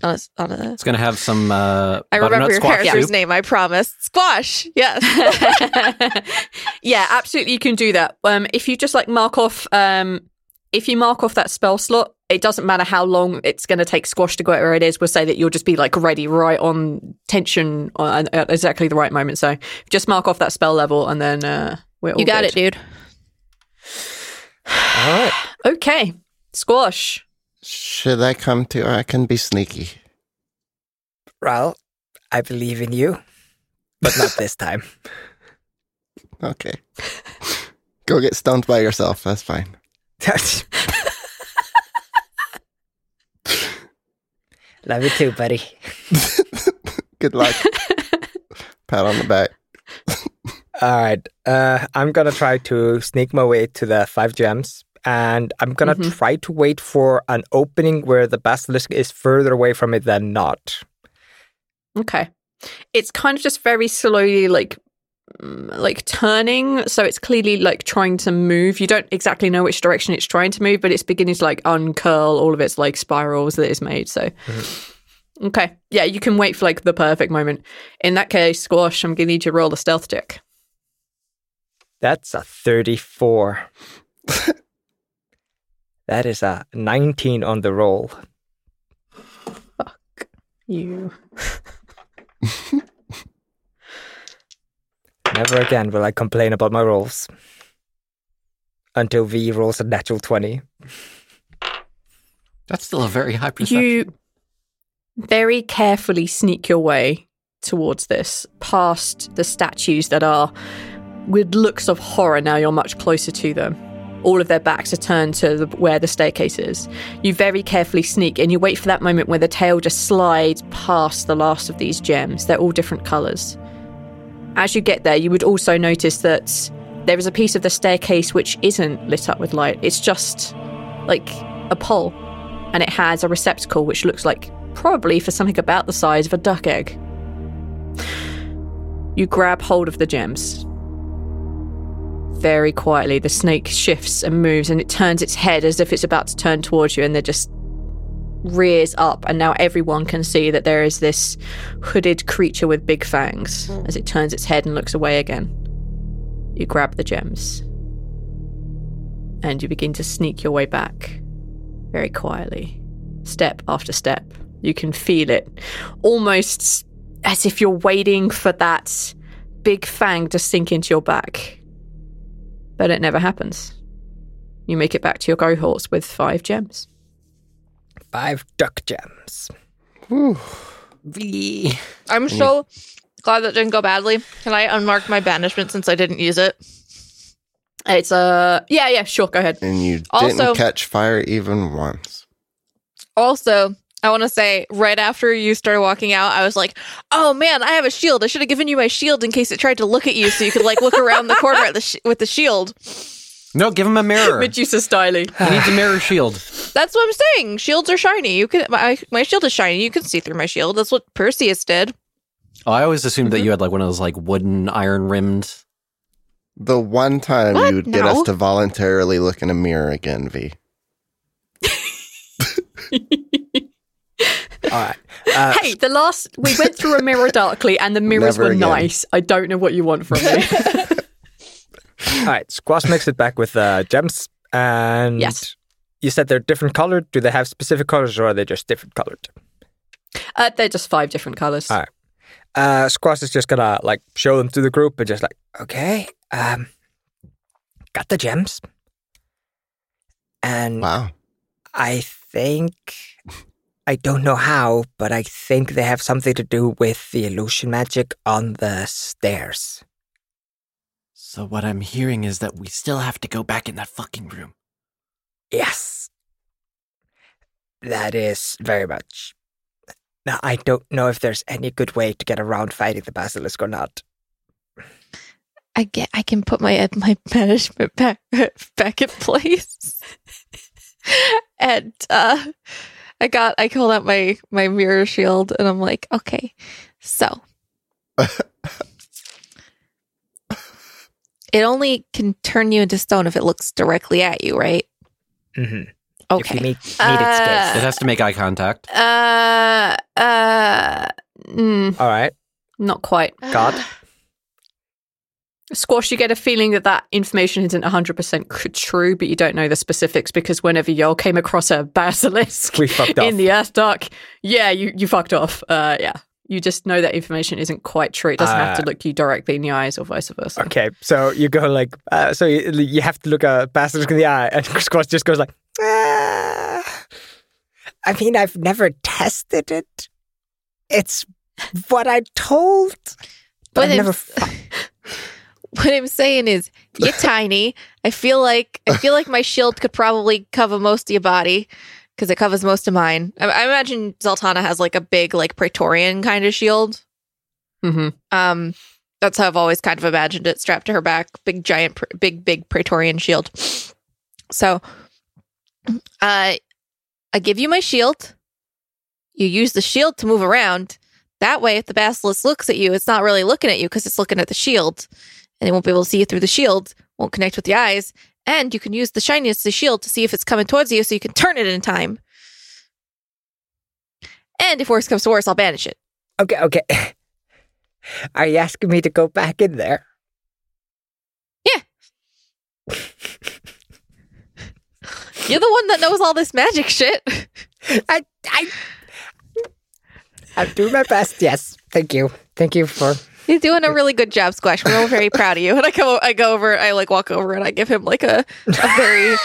[SPEAKER 5] on a on a
[SPEAKER 3] It's gonna have some. Uh,
[SPEAKER 5] I remember
[SPEAKER 3] butternut
[SPEAKER 5] your
[SPEAKER 3] squash
[SPEAKER 5] character's
[SPEAKER 3] soup.
[SPEAKER 5] name, I promise. Squash. Yes.
[SPEAKER 2] yeah, absolutely. You can do that. Um, if you just like mark off, um, if you mark off that spell slot, it doesn't matter how long it's going to take Squash to get where it is. We'll say that you'll just be like ready right on tension uh, at exactly the right moment. So just mark off that spell level and then uh, we're all
[SPEAKER 5] you got it, dude.
[SPEAKER 4] all right.
[SPEAKER 2] dude. Okay, Squash.
[SPEAKER 7] Should I come to? Or I can be sneaky.
[SPEAKER 4] Raul, I believe in you, but not this time.
[SPEAKER 7] Okay. Go get stoned by yourself. That's fine.
[SPEAKER 4] Love you too, buddy.
[SPEAKER 7] Good luck. Pat on the back.
[SPEAKER 4] All right. Uh, I'm gonna try to sneak my way to the five gems, and I'm gonna
[SPEAKER 2] Mhm.
[SPEAKER 4] try to wait for an opening where the basilisk is further away from it than not.
[SPEAKER 2] Okay, it's kind of just very slowly like mm, like turning so it's clearly like trying to move you don't exactly know which direction it's trying to move but it's beginning to like uncurl all of its like spirals that it's made so okay yeah you can wait for like the perfect moment in that case squash i'm gonna need you to roll a stealth check
[SPEAKER 4] That's a 34. that is a 19 on the roll.
[SPEAKER 2] you
[SPEAKER 4] Never again will I complain about my rolls. Until V rolls a natural 20.
[SPEAKER 3] That's still a very high perception.
[SPEAKER 2] you very carefully sneak your way towards this past the statues that are with looks of horror now you're much closer to them all of their backs are turned to the, where the staircase is you very carefully sneak and you wait for that moment where the tail just slides past the last of these gems they're all different colors as you get there, you would also notice that there is a piece of the staircase which isn't lit up with light. It's just like a pole, and it has a receptacle which looks like probably for something about the size of a duck egg. You grab hold of the gems. Very quietly, the snake shifts and moves, and it turns its head as if it's about to turn towards you, and they just rears up, and now everyone can see that there is this hooded creature with big fangs as it turns its head and looks away again. You grab the gems. And you begin to sneak your way back very quietly, step after step. You can feel it almost as if you're waiting for that big fang to sink into your back. But it never happens. You make it back to your cohorts with five gems.
[SPEAKER 4] Five duck gems.
[SPEAKER 5] I'm so glad that didn't go badly. Can I unmark my banishment since I didn't use it?
[SPEAKER 2] It's uh, yeah, yeah, sure, go ahead.
[SPEAKER 7] And you
[SPEAKER 5] Also-
[SPEAKER 7] didn't catch fire even once.
[SPEAKER 5] Also, I want to say right after you started walking out, I was like, "Oh man, I have a shield. I should have given you my shield in case it tried to look at you, so you could like look around the corner at the sh- with the shield."
[SPEAKER 3] No, give him a mirror. he
[SPEAKER 1] Medusa styling.
[SPEAKER 3] needs a mirror shield.
[SPEAKER 2] That's what I'm saying. Shields are shiny. You can my my shield is shiny. You can see through my shield. That's what Perseus did.
[SPEAKER 3] Oh, I always assumed that you had like one of those like wooden iron rimmed.
[SPEAKER 6] The one time
[SPEAKER 2] What?
[SPEAKER 6] you would get
[SPEAKER 2] No.
[SPEAKER 6] us to voluntarily look in a mirror again, V.
[SPEAKER 4] All right. Uh,
[SPEAKER 1] Hey, the last we went through a mirror darkly, and the mirrors
[SPEAKER 6] Never
[SPEAKER 1] were
[SPEAKER 6] again.
[SPEAKER 1] nice. I don't know what you want from me.
[SPEAKER 4] All right. Squash mixed it back with uh, gems. And
[SPEAKER 1] Yes.
[SPEAKER 4] you said they're different colored. Do they have specific colors or are they just different colored?
[SPEAKER 1] uh, they're just five different colors.
[SPEAKER 4] All right. Uh, Squash is just going to like show them to the group and just like, okay, um, got the gems. And
[SPEAKER 6] Wow.
[SPEAKER 4] I think I don't know how, but I think they have something to do with the illusion magic on the stairs.
[SPEAKER 3] So what I'm hearing is that we still have to go back in that fucking room.
[SPEAKER 4] Yes. That is very much. Now I don't know if there's any good way to get around fighting the basilisk or not.
[SPEAKER 2] I get. I can put my my management back back in place. and uh, I got. I pulled out my my mirror shield, and I'm like, okay, so it only can turn you into stone if it looks directly at you, right?
[SPEAKER 4] Mm-hmm. If you
[SPEAKER 2] Okay.
[SPEAKER 4] meet, meet its
[SPEAKER 3] It
[SPEAKER 4] stairs.
[SPEAKER 2] Uh,
[SPEAKER 3] has to make eye contact.
[SPEAKER 1] Uh, uh, mm,
[SPEAKER 4] All right.
[SPEAKER 1] not quite.
[SPEAKER 4] God.
[SPEAKER 1] Squash, you get a feeling that that information isn't 100% c- true, but you don't know the specifics because whenever y'all came across a basilisk
[SPEAKER 4] We fucked off.
[SPEAKER 1] in the Earth Dark, yeah, you, you fucked off. Uh, yeah. You just know that information isn't quite true. It doesn't have to
[SPEAKER 4] Uh,
[SPEAKER 1] look you directly in the eyes or vice versa.
[SPEAKER 4] okay, so you go like, uh, so you, you have to look a basilisk in the eye, and Squash just goes like, "Ah." I mean, I've never tested it. It's what I told, but
[SPEAKER 2] But
[SPEAKER 4] I've
[SPEAKER 2] if-
[SPEAKER 4] never fucked
[SPEAKER 2] what I'm saying is, you're tiny. I feel like I feel like my shield could probably cover most of your body because it covers most of mine. I, I imagine Zoltana has like a big, like Praetorian kind of shield.
[SPEAKER 1] hmm
[SPEAKER 2] Um, that's how I've always kind of imagined it, strapped to her back, big giant, pr- big big Praetorian shield. So, uh, I give you my shield. You use the shield to move around. That way, if the basilisk looks at you, it's not really looking at you because it's looking at the shield, and it won't be able to see you through the shield. Won't connect with the eyes, and you can use the shininess of the shield to see if it's coming towards you, so you can turn it in time. And if worse comes to worse, I'll banish it.
[SPEAKER 4] Okay, okay. Are you asking me to go back in there?
[SPEAKER 2] You're the one that knows all this magic shit.
[SPEAKER 4] I, I, I'll do my best. Yes, thank you, thank you for.
[SPEAKER 2] You're doing a really good job, Squash. We're all very proud of you. And I go, I go over, I like walk over, and I give him like a, a very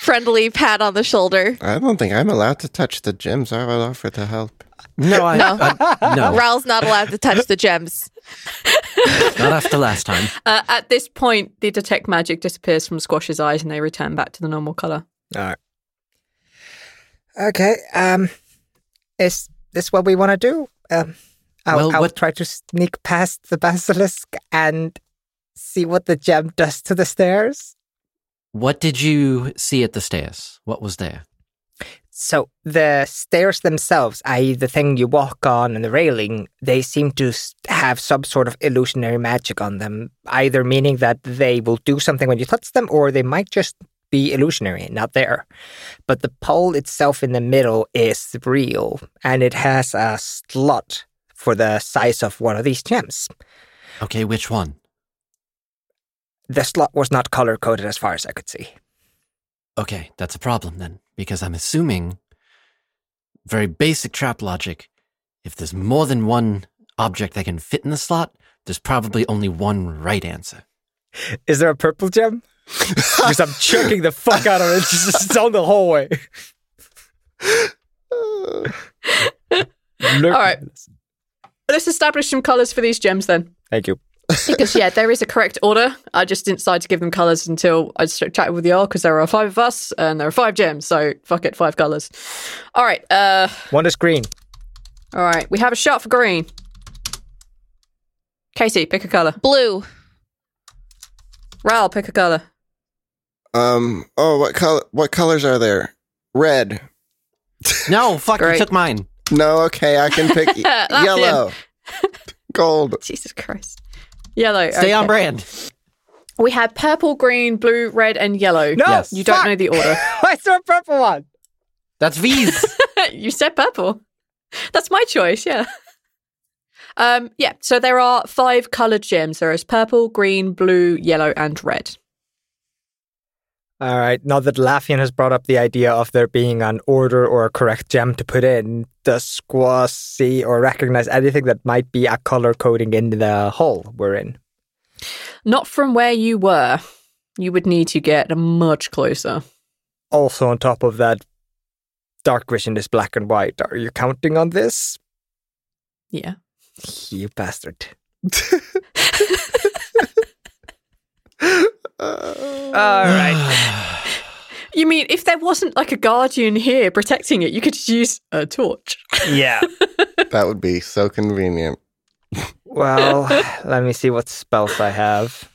[SPEAKER 2] friendly pat on the shoulder.
[SPEAKER 6] I don't think I'm allowed to touch the gems. I would offer to help.
[SPEAKER 3] No, I,
[SPEAKER 2] No.
[SPEAKER 3] I- no,
[SPEAKER 2] Raul's not allowed to touch the gems.
[SPEAKER 3] not after last time.
[SPEAKER 1] Uh, at this point, the detect magic disappears from Squash's eyes and they return back to the normal color.
[SPEAKER 4] Okay, um, is this what we want to do? Um, I'll,
[SPEAKER 3] Well,
[SPEAKER 4] I'll
[SPEAKER 3] what-
[SPEAKER 4] try to sneak past the basilisk and see what the gem does to the stairs.
[SPEAKER 3] What did you see at the stairs? What was there?
[SPEAKER 4] So the stairs themselves, i.e., the thing you walk on and the railing, they seem to s- have some sort of illusionary magic on them, either meaning that they will do something when you touch them, or they might just be illusionary, not there. But the pole itself in the middle is real, and it has a slot for the size of one of these gems.
[SPEAKER 3] Okay, which one?
[SPEAKER 4] The slot was not color coded, as far as I could see.
[SPEAKER 3] Okay, that's a problem then, because I'm assuming very basic trap logic. If there's more than one object that can fit in the slot, there's probably only one right answer.
[SPEAKER 4] Is there a purple gem? Because I'm chucking the fuck out of it. It's, just, it's on the hallway. Look-
[SPEAKER 1] All right. Let's establish some colors for these gems then.
[SPEAKER 4] Thank you.
[SPEAKER 1] because yeah, there is a correct order. I just didn't decide to give them colours until I just chatted with y'all because there are five of us and there are five gems. So fuck it, five colours. All right, uh,
[SPEAKER 4] One is green.
[SPEAKER 1] all right. We have a shot for green. Casey, pick a colour.
[SPEAKER 2] Blue.
[SPEAKER 1] Raoul, pick a colour.
[SPEAKER 6] Um. Oh, what color? What colors are there? Red.
[SPEAKER 3] No, fuck, you
[SPEAKER 2] Great.
[SPEAKER 3] took mine.
[SPEAKER 6] No. Okay, I can pick y-
[SPEAKER 2] That's
[SPEAKER 6] yellow. Gold.
[SPEAKER 2] Jesus Christ. Yellow.
[SPEAKER 3] Stay on
[SPEAKER 2] okay.
[SPEAKER 3] brand.
[SPEAKER 2] We had purple, green, blue, red, and yellow.
[SPEAKER 4] No,
[SPEAKER 3] Yes.
[SPEAKER 2] You don't
[SPEAKER 4] fuck.
[SPEAKER 2] know the order.
[SPEAKER 4] I saw a purple one.
[SPEAKER 3] That's V's.
[SPEAKER 2] you said purple. That's my choice, yeah. Um, yeah, so there are five coloured gems. There is purple, green, blue, yellow, and red.
[SPEAKER 4] All right. Now that Laffian has brought up the idea of there being an order or a correct gem to put in, does Squaw see or recognize anything that might be a color coding in the hole we're in?
[SPEAKER 2] Not from where you were. You would need to get much closer.
[SPEAKER 4] Also, on top of that, dark vision is black and white. Are you counting on this?
[SPEAKER 2] Yeah.
[SPEAKER 4] You bastard. All right.
[SPEAKER 2] You mean if there wasn't like a guardian here protecting it, you could just use a torch.
[SPEAKER 4] Yeah.
[SPEAKER 7] That would be so convenient.
[SPEAKER 4] Well, let me see what spells I have.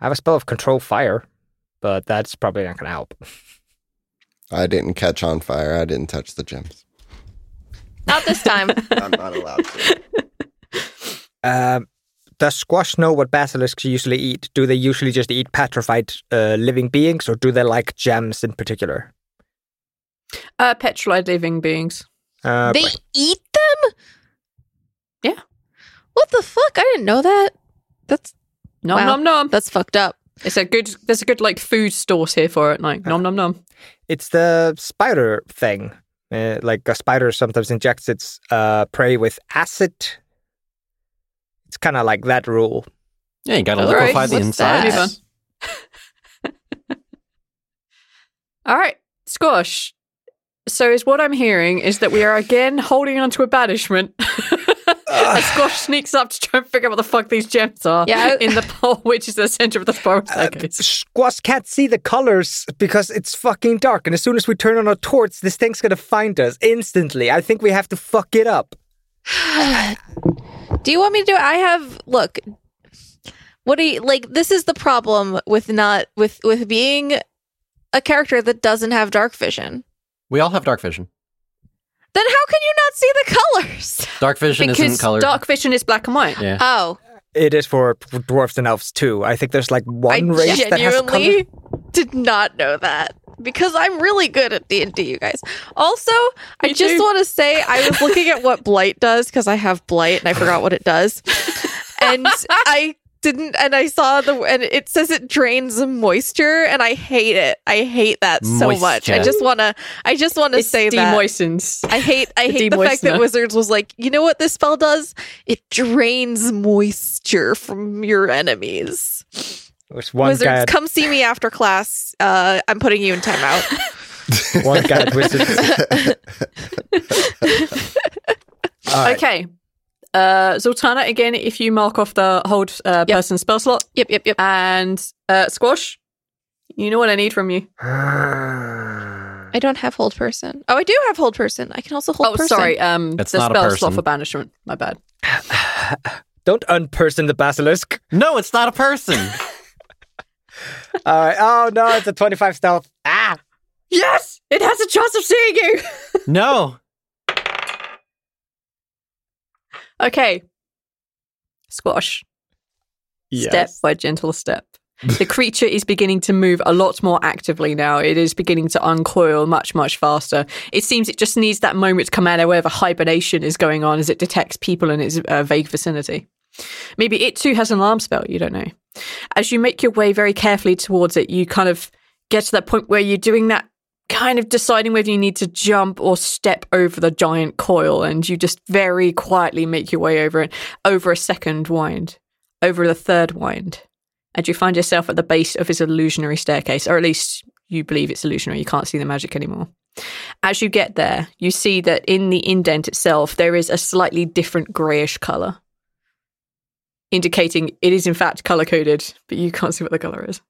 [SPEAKER 4] I have a spell of control fire, but that's probably not going to help.
[SPEAKER 7] I didn't catch on fire. I didn't touch the gems.
[SPEAKER 5] Not this time.
[SPEAKER 7] I'm not allowed to.
[SPEAKER 4] Um, does squash know what basilisks usually eat? Do they usually just eat petrified uh, living beings, or do they like gems in particular?
[SPEAKER 2] Uh, petrified living beings.
[SPEAKER 4] Uh,
[SPEAKER 5] they eat them?
[SPEAKER 2] Yeah.
[SPEAKER 5] What the fuck? I didn't know that. That's
[SPEAKER 2] Nom
[SPEAKER 5] Wow.
[SPEAKER 2] nom nom.
[SPEAKER 5] that's fucked up.
[SPEAKER 2] It's a good. There's a good like food source here for it. Like nom nom nom.
[SPEAKER 4] it's the spider thing. Uh, like a spider sometimes injects its uh, prey with acid. It's kind of like that rule.
[SPEAKER 3] Yeah, you gotta
[SPEAKER 2] All
[SPEAKER 3] liquefy
[SPEAKER 2] right,
[SPEAKER 3] the
[SPEAKER 5] what's
[SPEAKER 3] inside.
[SPEAKER 2] that? Move All right, squash. So is what I'm hearing is that we are again holding on to a banishment.
[SPEAKER 3] Ah.
[SPEAKER 2] As Squash sneaks up to try and figure out what the fuck these gems are
[SPEAKER 5] Yeah, I-
[SPEAKER 2] in the pole, which is the center of the spiral
[SPEAKER 4] Uh,
[SPEAKER 2] staircase.
[SPEAKER 4] Squash can't see the colors because it's fucking dark, and as soon as we turn on our torch, this thing's gonna find us instantly. I think we have to fuck it up.
[SPEAKER 5] Do you want me to do it? I have look. What do you like? This is the problem with not with with being a character that doesn't have dark vision.
[SPEAKER 3] We all have dark vision.
[SPEAKER 5] Then how can you not see the colors?
[SPEAKER 3] Dark vision
[SPEAKER 2] because
[SPEAKER 3] isn't colored.
[SPEAKER 2] dark vision is black and white.
[SPEAKER 3] Yeah.
[SPEAKER 5] Oh,
[SPEAKER 4] It is for dwarves and elves too. I think there's like one
[SPEAKER 5] I
[SPEAKER 4] race that has color.
[SPEAKER 5] genuinely did not know that because I'm really good at D and D, you guys. Also, I
[SPEAKER 2] Me
[SPEAKER 5] just
[SPEAKER 2] too.
[SPEAKER 5] want to say I was looking at what blight does because I have blight and I forgot what it does, and I didn't. And I saw the and it says it drains moisture, and I hate it. I hate that so much. I
[SPEAKER 3] Moisture.
[SPEAKER 5] just want to. I just want to
[SPEAKER 2] It's
[SPEAKER 5] say that.
[SPEAKER 2] demoistens.
[SPEAKER 5] I hate I
[SPEAKER 2] The
[SPEAKER 5] hate the fact that
[SPEAKER 2] demoistener.
[SPEAKER 5] Wizards was like, you know what this spell does? It drains moisture from your enemies.
[SPEAKER 4] There's one
[SPEAKER 5] Wizards,
[SPEAKER 4] guy,
[SPEAKER 5] come see me after class. Uh, I'm putting you in timeout.
[SPEAKER 4] at, one guy at Wizards. All right.
[SPEAKER 2] Okay. Uh, Zoltana, again, if you mark off the hold uh, person spell slot.
[SPEAKER 5] yep, yep, yep.
[SPEAKER 2] And uh, Squash, you know what I need from you.
[SPEAKER 5] I don't have hold person. Oh, I do have hold person. I can also hold
[SPEAKER 2] oh,
[SPEAKER 5] person.
[SPEAKER 2] sorry. Um,
[SPEAKER 3] That's
[SPEAKER 2] the
[SPEAKER 3] not a
[SPEAKER 2] spell
[SPEAKER 3] person.
[SPEAKER 2] slot for banishment. My bad.
[SPEAKER 4] Don't unperson the basilisk.
[SPEAKER 3] no, it's not a person.
[SPEAKER 4] All right. Oh no, it's a 25 stealth. Ah,
[SPEAKER 2] Yes! It has a chance of seeing you!
[SPEAKER 3] no.
[SPEAKER 2] okay. Squash, step by gentle step. The creature is beginning to move a lot more actively now. It is beginning to uncoil much, much faster. It seems it just needs that moment to come out of wherever hibernation is going on as it detects people in its uh, vague vicinity. Maybe it too has an alarm spell, you don't know. As you make your way very carefully towards it, you kind of get to that point where you're doing that kind of deciding whether you need to jump or step over the giant coil, and you just very quietly make your way over it, over a second wind, over the third wind and you find yourself at the base of his illusionary staircase, or at least you believe it's illusionary. You can't see the magic anymore. As you get there, you see that in the indent itself, there is a slightly different greyish color, indicating it is in fact color coded, but you can't see what the color is.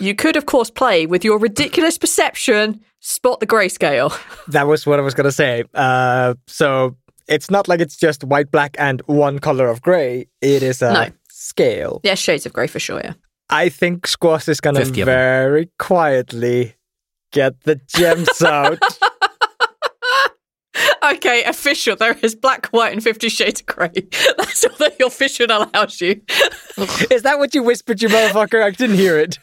[SPEAKER 2] you could, of course, play with your ridiculous perception, spot the grayscale.
[SPEAKER 4] That was what I was gonna say. Uh, so it's not like it's just white, black, and one color of gray. It is a
[SPEAKER 2] No.
[SPEAKER 4] scale.
[SPEAKER 2] Yeah, shades of grey for sure. Yeah.
[SPEAKER 4] I think Squash is gonna
[SPEAKER 3] 50 of them.
[SPEAKER 4] very quietly get the gems out.
[SPEAKER 2] Okay, official. There is black, white, and Fifty Shades of Grey. That's all that your official allows you.
[SPEAKER 4] is that what you whispered, you motherfucker? I didn't hear it.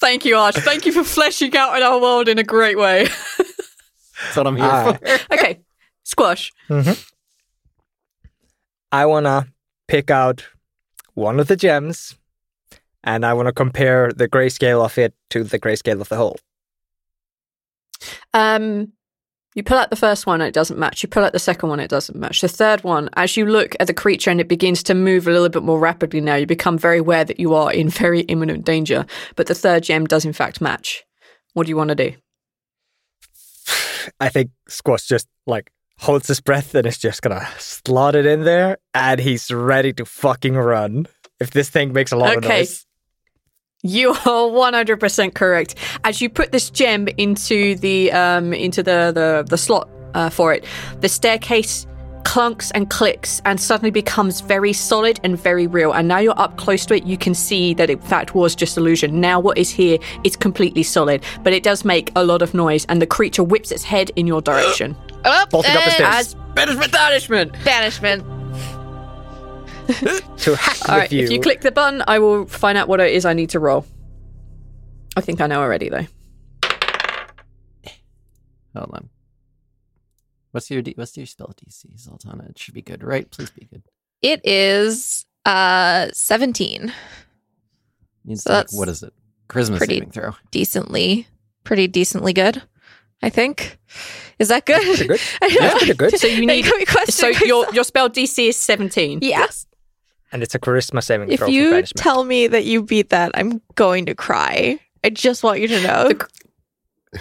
[SPEAKER 2] Thank you, Arch. Thank you for fleshing out in our world in a great way.
[SPEAKER 3] That's what I'm here
[SPEAKER 4] Ah.
[SPEAKER 3] for.
[SPEAKER 2] Okay, squash.
[SPEAKER 4] I wanna pick out one of the gems, and I wanna compare the grayscale of it to the grayscale of the whole.
[SPEAKER 2] Um, you pull out the first one, and it doesn't match. You pull out the second one, it doesn't match. The third one, as you look at the creature and it begins to move a little bit more rapidly now, you become very aware that you are in very imminent danger. But the third gem does, in fact, match. What do you want to do?
[SPEAKER 4] I think Squash just like holds his breath and is just gonna slot it in there, and he's ready to fucking run. If this thing makes a lot of
[SPEAKER 2] Okay.
[SPEAKER 4] noise,
[SPEAKER 2] You are 100% correct. As you put this gem into the um, into the the, the slot uh, for it, the staircase clunks and clicks and suddenly becomes very solid and very real. And now you're up close to it, you can see that it, in fact was just illusion. Now what is here is completely solid, but it does make a lot of noise, and the creature whips its head in your direction.
[SPEAKER 9] Up,
[SPEAKER 4] Bolting
[SPEAKER 2] Eh,
[SPEAKER 4] up the stairs.
[SPEAKER 9] as
[SPEAKER 2] Banishment, banishment.
[SPEAKER 9] banishment.
[SPEAKER 4] to hack
[SPEAKER 2] All
[SPEAKER 4] with
[SPEAKER 2] right,
[SPEAKER 4] you.
[SPEAKER 2] if you click the button, I will find out what it is I need to roll. I think I know already though.
[SPEAKER 3] Hold on. Oh, What's your D- what's your spell DC, Zoltana? It should be good, right? Please be good.
[SPEAKER 5] It is uh 17.
[SPEAKER 3] Needs
[SPEAKER 5] So
[SPEAKER 3] to make-
[SPEAKER 5] that's
[SPEAKER 3] what is it? Charisma
[SPEAKER 5] pretty-
[SPEAKER 3] saving throw.
[SPEAKER 5] Decently, pretty decently good, I think. Is that good?
[SPEAKER 4] pretty good.
[SPEAKER 5] I know.
[SPEAKER 4] That's pretty good.
[SPEAKER 2] So you need
[SPEAKER 5] That got me
[SPEAKER 2] So
[SPEAKER 5] questioning
[SPEAKER 2] your
[SPEAKER 5] myself.
[SPEAKER 2] your spell DC is seventeen.
[SPEAKER 5] Yes.
[SPEAKER 4] and it's a charisma saving
[SPEAKER 5] If
[SPEAKER 4] throw for
[SPEAKER 5] you
[SPEAKER 4] banishment.
[SPEAKER 5] tell me that you beat that, I'm going to cry. I just want you to know.
[SPEAKER 2] The,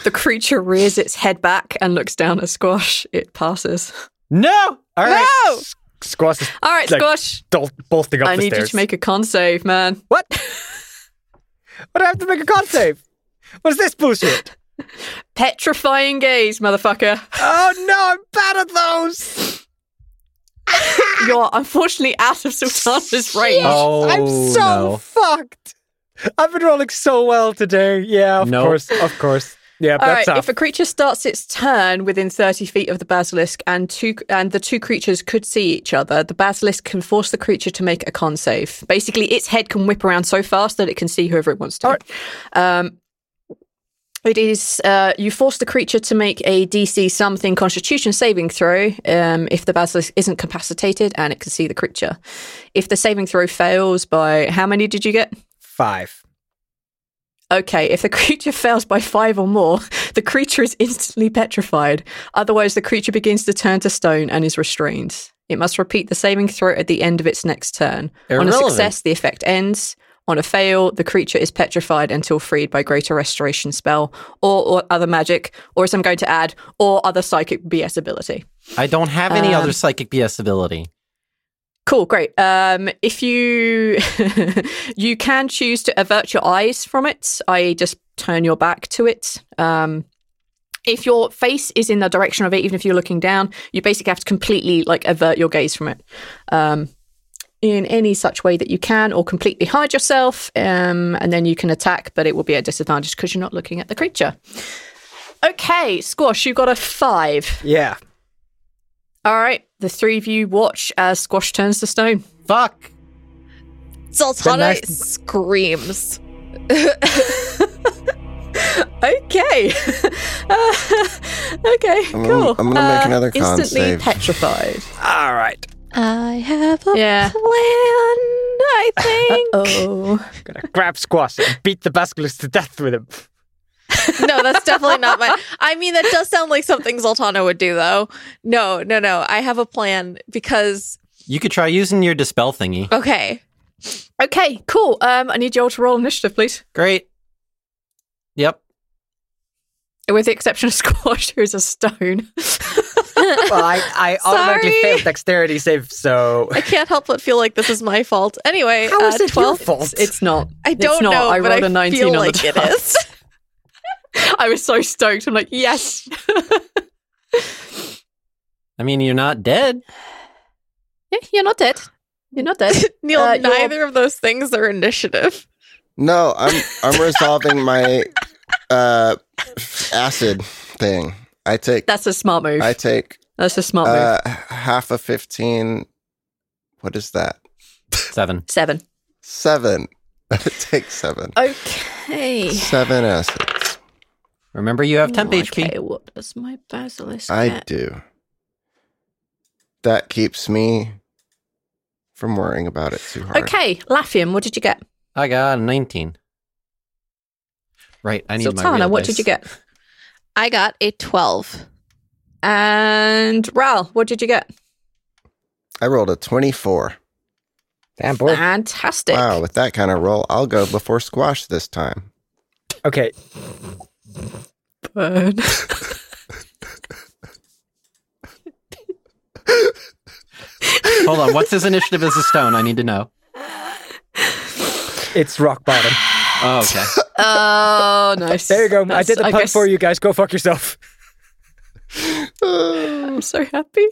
[SPEAKER 2] the creature rears its head back and looks down at Squash. It passes.
[SPEAKER 3] No! All right.
[SPEAKER 2] No!
[SPEAKER 4] S- Squash is
[SPEAKER 2] All right,
[SPEAKER 4] Like,
[SPEAKER 2] Squash.
[SPEAKER 4] dol- bolting up
[SPEAKER 2] I
[SPEAKER 4] the
[SPEAKER 2] need you
[SPEAKER 4] stairs.
[SPEAKER 2] to make a con save, man.
[SPEAKER 4] what? what do I have to make a con save? What is this bullshit?
[SPEAKER 2] Petrifying gaze, motherfucker.
[SPEAKER 4] oh no, I'm bad at those.
[SPEAKER 2] You're unfortunately out of Sultana's range.
[SPEAKER 3] Oh,
[SPEAKER 4] I'm so
[SPEAKER 3] no.
[SPEAKER 4] fucked. I've been rolling so well today. Yeah, of
[SPEAKER 3] Nope.
[SPEAKER 4] course, of course. Yeah,
[SPEAKER 2] All right.
[SPEAKER 4] that's up.
[SPEAKER 2] If a creature starts its turn within thirty feet of the basilisk, and two and the two creatures could see each other, the basilisk can force the creature to make a con save. Basically, its head can whip around so fast that it can see whoever it wants to. Um, it is uh, you force the creature to make a DC something Constitution saving throw um, if the basilisk isn't capacitated and it can see the creature. If the saving throw fails by how many did you get?
[SPEAKER 4] Five.
[SPEAKER 2] Okay, if the creature fails by five or more, the creature is instantly petrified. Otherwise, the creature begins to turn to stone and is restrained. It must repeat the saving throw at the end of its next turn. On a
[SPEAKER 3] Irrelevant.
[SPEAKER 2] success, the effect ends. On a fail, the creature is petrified until freed by greater restoration spell or, or other magic, or as I'm going to add, or other psychic BS ability.
[SPEAKER 3] I don't have any
[SPEAKER 2] Um,
[SPEAKER 3] other psychic BS ability.
[SPEAKER 2] Cool, great. Um, if you you can choose to avert your eyes from it, i.e., just turn your back to it. Um, if your face is in the direction of it, even if you're looking down, you basically have to completely like avert your gaze from it um, in any such way that you can, or completely hide yourself, um, and then you can attack, but it will be at disadvantage because you're not looking at the creature. Okay, squash, you got a five.
[SPEAKER 4] Yeah.
[SPEAKER 2] All right, the three of you watch as squash turns to stone.
[SPEAKER 3] Fuck.
[SPEAKER 5] Zoltana
[SPEAKER 4] nice-
[SPEAKER 5] screams.
[SPEAKER 2] Okay. Uh, okay.
[SPEAKER 7] I'm gonna-
[SPEAKER 2] cool. Uh,
[SPEAKER 7] I'm gonna make another con
[SPEAKER 2] Instantly
[SPEAKER 7] save.
[SPEAKER 2] petrified.
[SPEAKER 4] All right.
[SPEAKER 5] I have a
[SPEAKER 2] Yeah.
[SPEAKER 5] plan, I think.
[SPEAKER 2] oh.
[SPEAKER 4] Gonna grab Squash and beat the basilisk to death with him.
[SPEAKER 5] no, that's definitely not my. I mean, that does sound like something Zoltana would do, though. No, no, no. I have a plan because,
[SPEAKER 3] You could try using your dispel thingy.
[SPEAKER 5] okay.
[SPEAKER 2] Okay. Cool. Um, I need you all to roll initiative, please.
[SPEAKER 3] Great. Yep.
[SPEAKER 2] With the exception of Squash, who's a stone.
[SPEAKER 4] Well, I, I automatically
[SPEAKER 5] Sorry.
[SPEAKER 4] failed dexterity save, so
[SPEAKER 5] I can't help but feel like this is my fault. Anyway,
[SPEAKER 4] How is
[SPEAKER 5] uh,
[SPEAKER 4] it your
[SPEAKER 5] 12?
[SPEAKER 4] fault?
[SPEAKER 2] It's not.
[SPEAKER 5] I
[SPEAKER 2] It's
[SPEAKER 5] don't
[SPEAKER 2] not.
[SPEAKER 5] know,
[SPEAKER 2] I
[SPEAKER 5] but
[SPEAKER 2] rolled
[SPEAKER 5] I
[SPEAKER 2] a 19
[SPEAKER 5] feel
[SPEAKER 2] on the
[SPEAKER 5] like it
[SPEAKER 2] test.
[SPEAKER 5] is.
[SPEAKER 2] I was so stoked. I'm like, yes.
[SPEAKER 3] I mean, you're not dead.
[SPEAKER 2] Yeah, you're not dead. You're not dead.
[SPEAKER 5] Neil,
[SPEAKER 2] Uh, you're-
[SPEAKER 5] neither of those things are initiative.
[SPEAKER 6] No, I'm I'm resolving my uh acid thing. I take
[SPEAKER 2] That's a smart move.
[SPEAKER 6] I take
[SPEAKER 2] That's a smart move.
[SPEAKER 6] uh half of 15 what is that?
[SPEAKER 3] Seven.
[SPEAKER 2] Seven.
[SPEAKER 6] 7. I take 7.
[SPEAKER 5] Okay.
[SPEAKER 6] 7 acids.
[SPEAKER 3] Remember, you
[SPEAKER 2] Oh,
[SPEAKER 3] have temp HP.
[SPEAKER 5] Okay, what does my basilisk
[SPEAKER 6] I
[SPEAKER 5] get?
[SPEAKER 6] do. That keeps me from worrying about it too hard.
[SPEAKER 2] Okay, Laffian, what did you get?
[SPEAKER 3] I got a 19. Right, I need my real
[SPEAKER 2] Sultana, what did
[SPEAKER 3] dice.
[SPEAKER 2] you get?
[SPEAKER 5] I got a 12.
[SPEAKER 2] And Ral, what did you get?
[SPEAKER 6] I rolled a 24.
[SPEAKER 4] Damn
[SPEAKER 3] Oh.
[SPEAKER 4] boy.
[SPEAKER 2] Fantastic.
[SPEAKER 6] Wow, with that kind of roll, I'll go before squash this time.
[SPEAKER 4] Okay.
[SPEAKER 2] Burn.
[SPEAKER 3] Hold on, what's his initiative as a stone? I need to know.
[SPEAKER 4] It's rock bottom.
[SPEAKER 3] Oh, okay.
[SPEAKER 2] Oh, nice.
[SPEAKER 4] There you go. I
[SPEAKER 2] That's-
[SPEAKER 4] did the pun
[SPEAKER 2] guess-
[SPEAKER 4] for you guys. Go fuck yourself.
[SPEAKER 2] I'm so happy.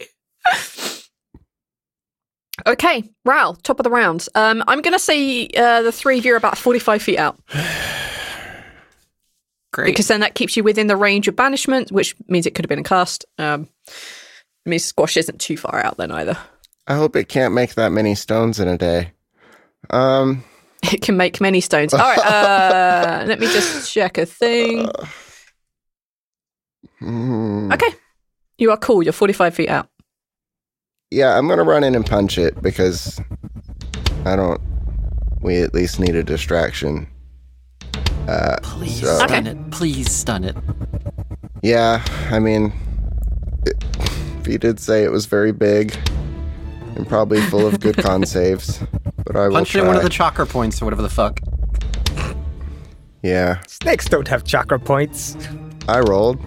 [SPEAKER 2] okay, Ral, top of the round. Um, I'm going to say uh, the three of you are about 45 feet out.
[SPEAKER 3] Great.
[SPEAKER 2] Because then that keeps you within the range of banishment, which means it could have been a cast. Um, it means squash isn't too far out then either.
[SPEAKER 6] I hope it can't make that many stones in a day. Um,
[SPEAKER 2] It can make many stones. All right, uh, let me just check a thing.
[SPEAKER 6] mm,
[SPEAKER 2] Okay, you are cool. You're 45 feet out.
[SPEAKER 6] yeah, I'm gonna run in and punch it because I don't. We at least need a distraction.
[SPEAKER 3] Please
[SPEAKER 6] So-
[SPEAKER 3] stun it. Please stun it.
[SPEAKER 6] Yeah, I mean, it, he did say it was very big and probably full of good con saves, but I will
[SPEAKER 3] Punch it
[SPEAKER 6] try.
[SPEAKER 3] in one of the chakra points or whatever the fuck.
[SPEAKER 6] yeah,
[SPEAKER 4] Snakes don't have chakra points.
[SPEAKER 6] I rolled.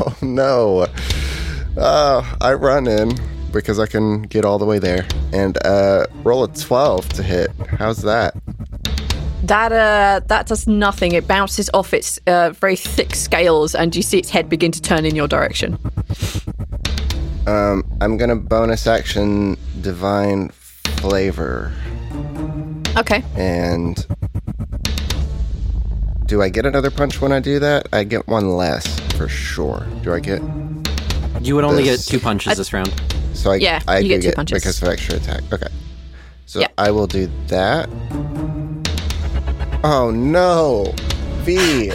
[SPEAKER 6] Oh no! Uh, I run in because I can get all the way there and uh, roll a twelve to hit. How's that?
[SPEAKER 2] That uh, that does nothing. It bounces off its uh, very thick scales, and you see its head begin to turn in your direction.
[SPEAKER 6] Um, I'm gonna bonus action divine flavor,
[SPEAKER 2] Okay.
[SPEAKER 6] and do I get another punch when I do that? I get one less for sure. Do I get?
[SPEAKER 3] You would only
[SPEAKER 6] This-
[SPEAKER 3] get two punches this round.
[SPEAKER 6] So I
[SPEAKER 2] Yeah,
[SPEAKER 6] I
[SPEAKER 2] you
[SPEAKER 6] do
[SPEAKER 2] get two punches.
[SPEAKER 6] because of extra attack. Okay, so
[SPEAKER 2] Yeah.
[SPEAKER 6] I will do that. Oh no, V!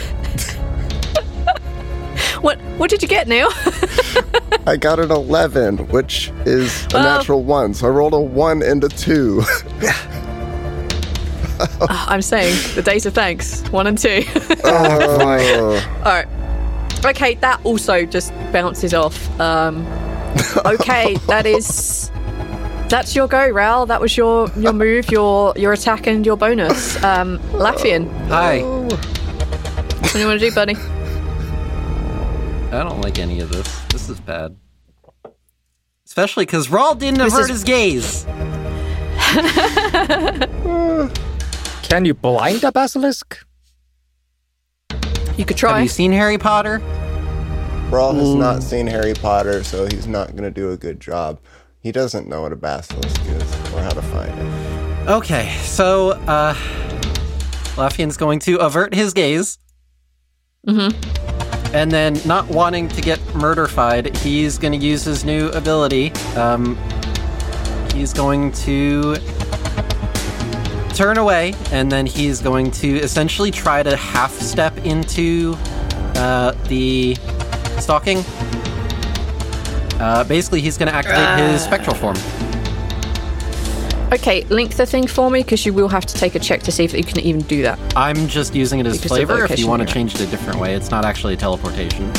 [SPEAKER 2] What what did you get, Neil?
[SPEAKER 6] I got an eleven, which is a
[SPEAKER 2] Oh.
[SPEAKER 6] natural one. So I rolled a one and a two.
[SPEAKER 2] Ah, I'm saying the days of thanks, one and two.
[SPEAKER 6] oh,
[SPEAKER 2] All right. Okay, that also just bounces off. Um, okay, that is that's your go, Ral. That was your your move, your your attack, and your bonus. Um, Laffian,
[SPEAKER 3] Hi.
[SPEAKER 2] what do you want to do, buddy?
[SPEAKER 3] I don't like any of this. This is bad. Especially because Rawl didn't
[SPEAKER 2] This
[SPEAKER 3] avert
[SPEAKER 2] is-
[SPEAKER 3] his gaze.
[SPEAKER 4] Can you blind a basilisk?
[SPEAKER 2] You could
[SPEAKER 3] Have
[SPEAKER 2] try.
[SPEAKER 3] you seen Harry Potter?
[SPEAKER 6] Brawl has not seen Harry Potter, so he's not going to do a good job. He doesn't know what a basilisk is or how to find it.
[SPEAKER 3] Okay, so uh Laffian's going to avert his gaze. Mm-hmm. And then, not wanting to get murderfied, he's going to use his new ability. Um, he's going to turn away, and then he's going to essentially try to half step into uh, the stalking. Uh, basically, he's going to activate his spectral form.
[SPEAKER 2] Okay, link the thing for me because you will have to take a check to see if you can even do that.
[SPEAKER 3] I'm just using it as
[SPEAKER 2] Because of
[SPEAKER 3] flavor. If you
[SPEAKER 2] location,
[SPEAKER 3] want to
[SPEAKER 2] right.
[SPEAKER 3] change it a different way, it's not actually a teleportation.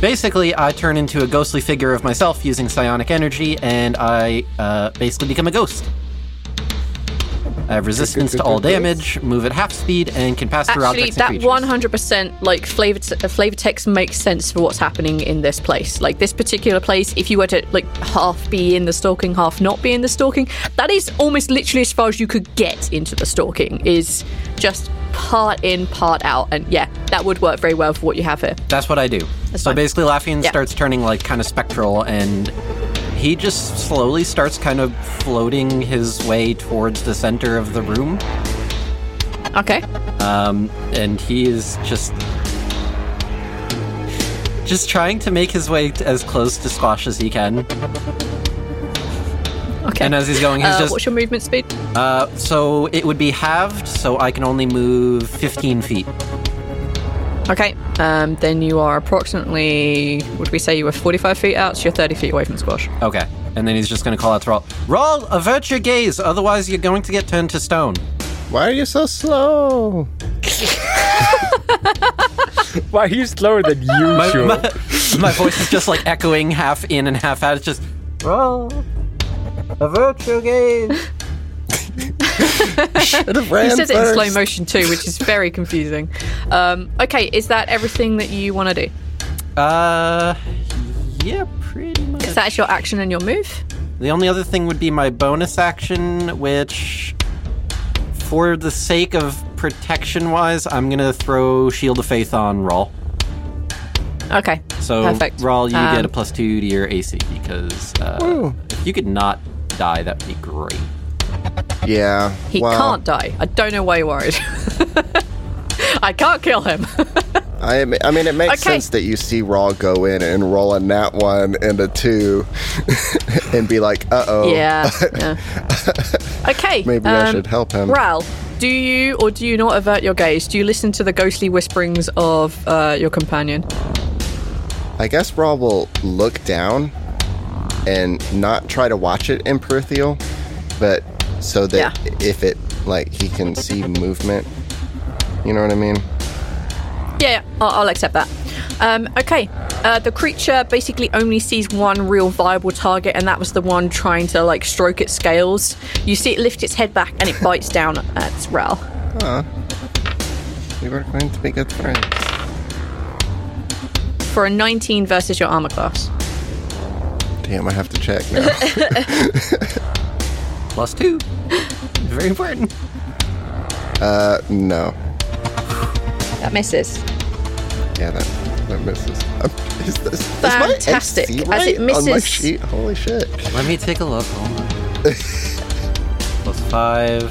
[SPEAKER 3] Basically, I turn into a ghostly figure of myself using psionic energy, and I uh, basically become a ghost. I have resistance to all damage, move at half speed, and can pass through
[SPEAKER 2] Actually,
[SPEAKER 3] objects and
[SPEAKER 2] that
[SPEAKER 3] creatures.
[SPEAKER 2] 100% like flavor, t- uh, flavor text makes sense for what's happening in this place. Like this particular place, if you were to like half be in the stalking, half not be in the stalking, that is almost literally as far as you could get into the stalking. Is just part in, part out, and yeah, that would work very well for what you have here.
[SPEAKER 3] That's what I do. so
[SPEAKER 2] fine.
[SPEAKER 3] basically, Laffian
[SPEAKER 2] Yeah.
[SPEAKER 3] starts turning like kind of spectral, and he just slowly starts kind of floating his way towards the center of the room.
[SPEAKER 2] Okay.
[SPEAKER 3] Um, and he is just just trying to make his way t- as close to squash as he can.
[SPEAKER 2] Okay.
[SPEAKER 3] And as he's going, he's
[SPEAKER 2] uh,
[SPEAKER 3] just
[SPEAKER 2] what's your movement speed?
[SPEAKER 3] uh, so it would be halved, so I can only move 15 feet.
[SPEAKER 2] Okay. Um, then you are approximately, would we say you were 45 feet out? So you're 30 feet away from Squash.
[SPEAKER 3] Okay. And then he's just going to call out to Rawl. Rawl, avert your gaze, otherwise you're going to get turned to stone.
[SPEAKER 6] Why are you so slow?
[SPEAKER 4] Why are you slower than
[SPEAKER 3] My,
[SPEAKER 2] Oh.
[SPEAKER 4] usual?
[SPEAKER 3] my, my voice is just like echoing half in and half out. It's just, Rawl, avert your gaze.
[SPEAKER 2] He says it in slow motion too, which is very confusing. Um, okay, is that everything that you want to do?
[SPEAKER 3] Uh, yeah, pretty much.
[SPEAKER 2] Is that your action and your move?
[SPEAKER 3] The only other thing would be my bonus action, which, for the sake of protection wise, I'm going to throw Shield of Faith on Rawl.
[SPEAKER 2] Okay.
[SPEAKER 3] So,
[SPEAKER 2] Perfect.
[SPEAKER 3] Rawl, you
[SPEAKER 2] Um,
[SPEAKER 3] get a plus two to your AC because uh, if you could not die, that would be great.
[SPEAKER 6] Yeah.
[SPEAKER 2] He
[SPEAKER 6] well,
[SPEAKER 2] can't die. I don't know why you're worried. I can't kill him.
[SPEAKER 6] I, am- I mean, it makes
[SPEAKER 2] Okay.
[SPEAKER 6] sense that you see Raw go in and roll a nat one and a two and be like, uh oh.
[SPEAKER 2] Yeah. yeah. Okay.
[SPEAKER 6] Maybe I should help him.
[SPEAKER 2] Ral, do you or do you not avert your gaze? Do you listen to the ghostly whisperings of uh, your companion?
[SPEAKER 6] I guess Raw will look down and not try to watch it in peripheral, but so that
[SPEAKER 2] Yeah.
[SPEAKER 6] if it, like, he can see movement. You know what I mean?
[SPEAKER 2] Yeah, yeah I'll, I'll accept that. Um, okay. Uh, the creature basically only sees one real viable target, and that was the one trying to like stroke its scales. You see it lift its head back, and it bites down at Ral.
[SPEAKER 6] We were going to be good friends.
[SPEAKER 2] for a 19 versus your armor class.
[SPEAKER 6] Damn, I have to check now.
[SPEAKER 3] Plus two. Very important.
[SPEAKER 6] uh, no.
[SPEAKER 2] That misses.
[SPEAKER 6] Yeah, that, that misses. Um, Is this is my
[SPEAKER 2] Fantastic.
[SPEAKER 6] FC
[SPEAKER 2] As
[SPEAKER 6] right
[SPEAKER 2] it
[SPEAKER 6] on my
[SPEAKER 2] misses-
[SPEAKER 6] sheet? Holy shit!
[SPEAKER 3] Let me take a look. Hold on. plus five,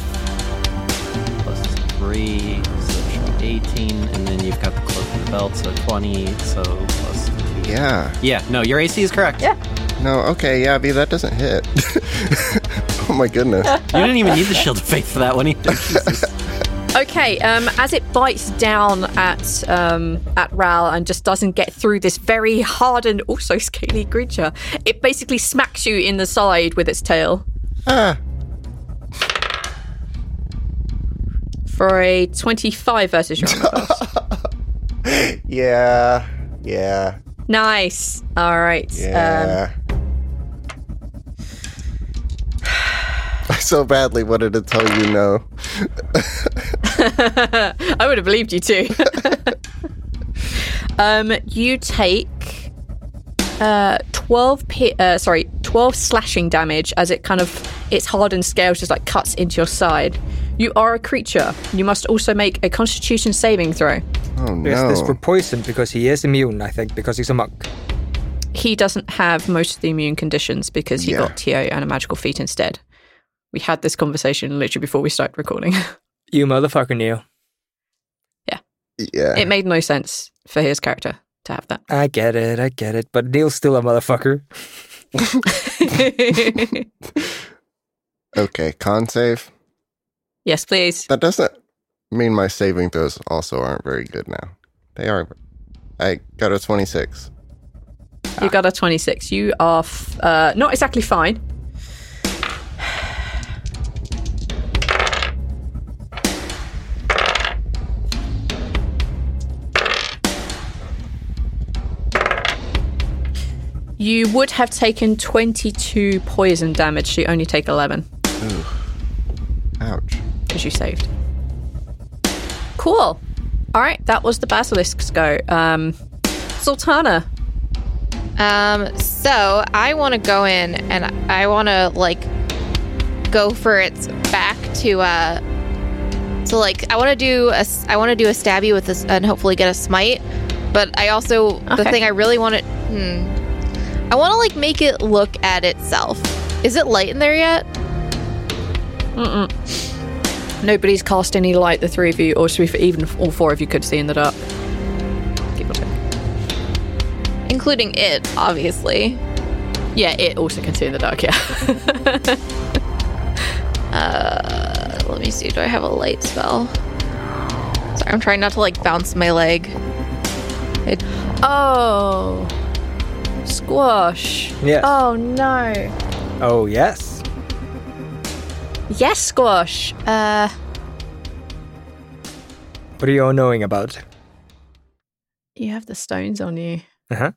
[SPEAKER 3] plus three, so 18, and then you've got the cloak and the belt, so 20, so plus two.
[SPEAKER 6] Yeah.
[SPEAKER 3] Yeah, no, your AC is correct. Yeah.
[SPEAKER 6] No. Okay. Yeah, B. That doesn't hit. oh my goodness.
[SPEAKER 3] You didn't even need the shield of faith for that one either.
[SPEAKER 2] Okay, um, as it bites down at um, at Ral and just doesn't get through this very hard and also scaly creature, it basically smacks you in the side with its tail.
[SPEAKER 6] Ah.
[SPEAKER 2] For a 25 versus your armor class.
[SPEAKER 6] Yeah. Yeah.
[SPEAKER 2] Um. Nice. All right. Um,
[SPEAKER 6] Yeah. I so badly wanted to tell you no.
[SPEAKER 2] I would have believed you too. um, you take uh, twelve. Pi- uh, sorry, twelve slashing damage as it kind of its hardened scales just like cuts into your side. You are a creature. You must also make a Constitution saving throw.
[SPEAKER 6] Oh
[SPEAKER 4] Is
[SPEAKER 6] no.
[SPEAKER 4] this for poison? Because he is immune, I think, because he's a monk.
[SPEAKER 2] He doesn't have most of the immune conditions because he
[SPEAKER 6] Yeah.
[SPEAKER 2] got TO and a magical feat instead. We had this conversation literally before we started recording.
[SPEAKER 4] You motherfucker, Neil.
[SPEAKER 6] yeah.
[SPEAKER 2] it made no sense for his character to have that.
[SPEAKER 4] I get it, I get it. But Neil's still a motherfucker.
[SPEAKER 6] okay. Con save.
[SPEAKER 2] yes, please.
[SPEAKER 6] That doesn't mean my saving throws also aren't very good now. They are. I got a twenty-six.
[SPEAKER 2] You got a 26. You are f- uh, not exactly fine. You would have taken 22 poison damage, so you only take 11
[SPEAKER 6] Ouch.
[SPEAKER 2] because you saved. Cool. All right, that was the basilisk's go. Um, Sultana,
[SPEAKER 10] Um, so I want to go in and I want to like go for its back to uh to like I want to do a s- I want to do a stabby with this and hopefully get a smite, but I also the
[SPEAKER 2] Okay.
[SPEAKER 10] thing I really want to hmm,
[SPEAKER 9] I want to like make it look at itself. Is it light in there yet?
[SPEAKER 2] Nobody's cast any light, the three of you, or should we, even all four of you could see in the dark. Give or take.
[SPEAKER 9] Including it, obviously.
[SPEAKER 2] Yeah, it also can see in the dark, yeah.
[SPEAKER 9] Uh, let me see. Do I have a light spell? Sorry, I'm trying not to like bounce my leg. It,
[SPEAKER 2] Oh. Squash.
[SPEAKER 4] Yes.
[SPEAKER 2] Oh, no.
[SPEAKER 4] Oh, yes.
[SPEAKER 2] Yes, Squash. Uh,
[SPEAKER 4] What are you all knowing about?
[SPEAKER 2] you have the stones on you.
[SPEAKER 4] Uh-huh.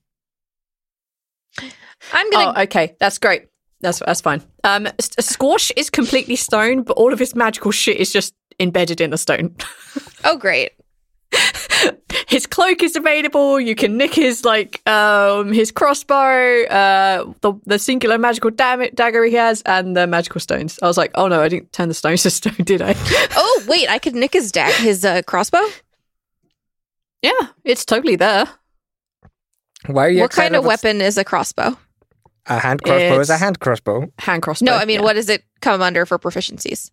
[SPEAKER 9] I'm gonna.
[SPEAKER 2] oh, okay. That's great. That's that's fine. Um, S- Squash is completely stone, but all of his magical shit is just embedded in the stone.
[SPEAKER 9] oh, great.
[SPEAKER 2] his cloak is available. You can nick his like um his crossbow, uh the the singular magical dam- dagger he has, and the magical stones. I was like, oh no, I didn't turn the stones to stone, did I?
[SPEAKER 5] Oh wait, I could nick his dag his uh, crossbow.
[SPEAKER 2] yeah, it's totally there.
[SPEAKER 4] Why are you
[SPEAKER 5] what
[SPEAKER 4] excited
[SPEAKER 5] kind of
[SPEAKER 4] about-
[SPEAKER 5] weapon is a crossbow?
[SPEAKER 4] A hand crossbow is a
[SPEAKER 2] It's-
[SPEAKER 4] hand crossbow.
[SPEAKER 2] Hand crossbow.
[SPEAKER 5] No, I mean,
[SPEAKER 2] yeah.
[SPEAKER 5] what does it come under for proficiencies?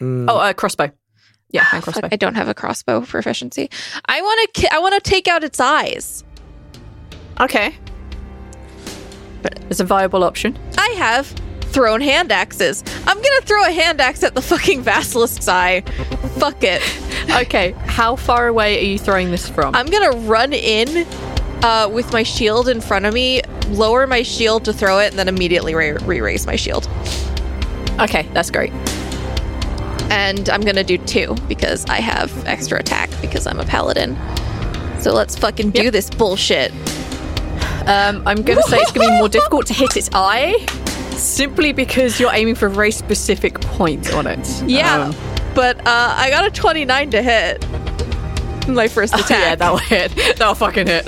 [SPEAKER 4] Mm,
[SPEAKER 2] Oh, uh, crossbow. Yeah, hand
[SPEAKER 5] Fuck,
[SPEAKER 2] crossbow.
[SPEAKER 5] I don't have a crossbow proficiency. I want to. Ki- I want to take out its eyes.
[SPEAKER 2] Okay, but it's a viable option.
[SPEAKER 5] I have thrown hand axes. I'm gonna throw a hand axe at the fucking basilisk's eye. Fuck it.
[SPEAKER 2] Okay, how far away are you throwing this from?
[SPEAKER 5] I'm gonna run in uh, with my shield in front of me, lower my shield to throw it, and then immediately re- re-raise my shield.
[SPEAKER 2] okay, that's great.
[SPEAKER 5] And I'm gonna do two because I have extra attack because I'm a paladin. So let's fucking do this bullshit.
[SPEAKER 2] Um, I'm going to say it's going to be more difficult to hit its eye, simply because you're aiming for a very specific point on it.
[SPEAKER 5] Yeah,
[SPEAKER 2] Um,
[SPEAKER 5] but uh, I got a 29 to hit. My first attack.
[SPEAKER 2] yeah, that'll hit. That'll fucking hit.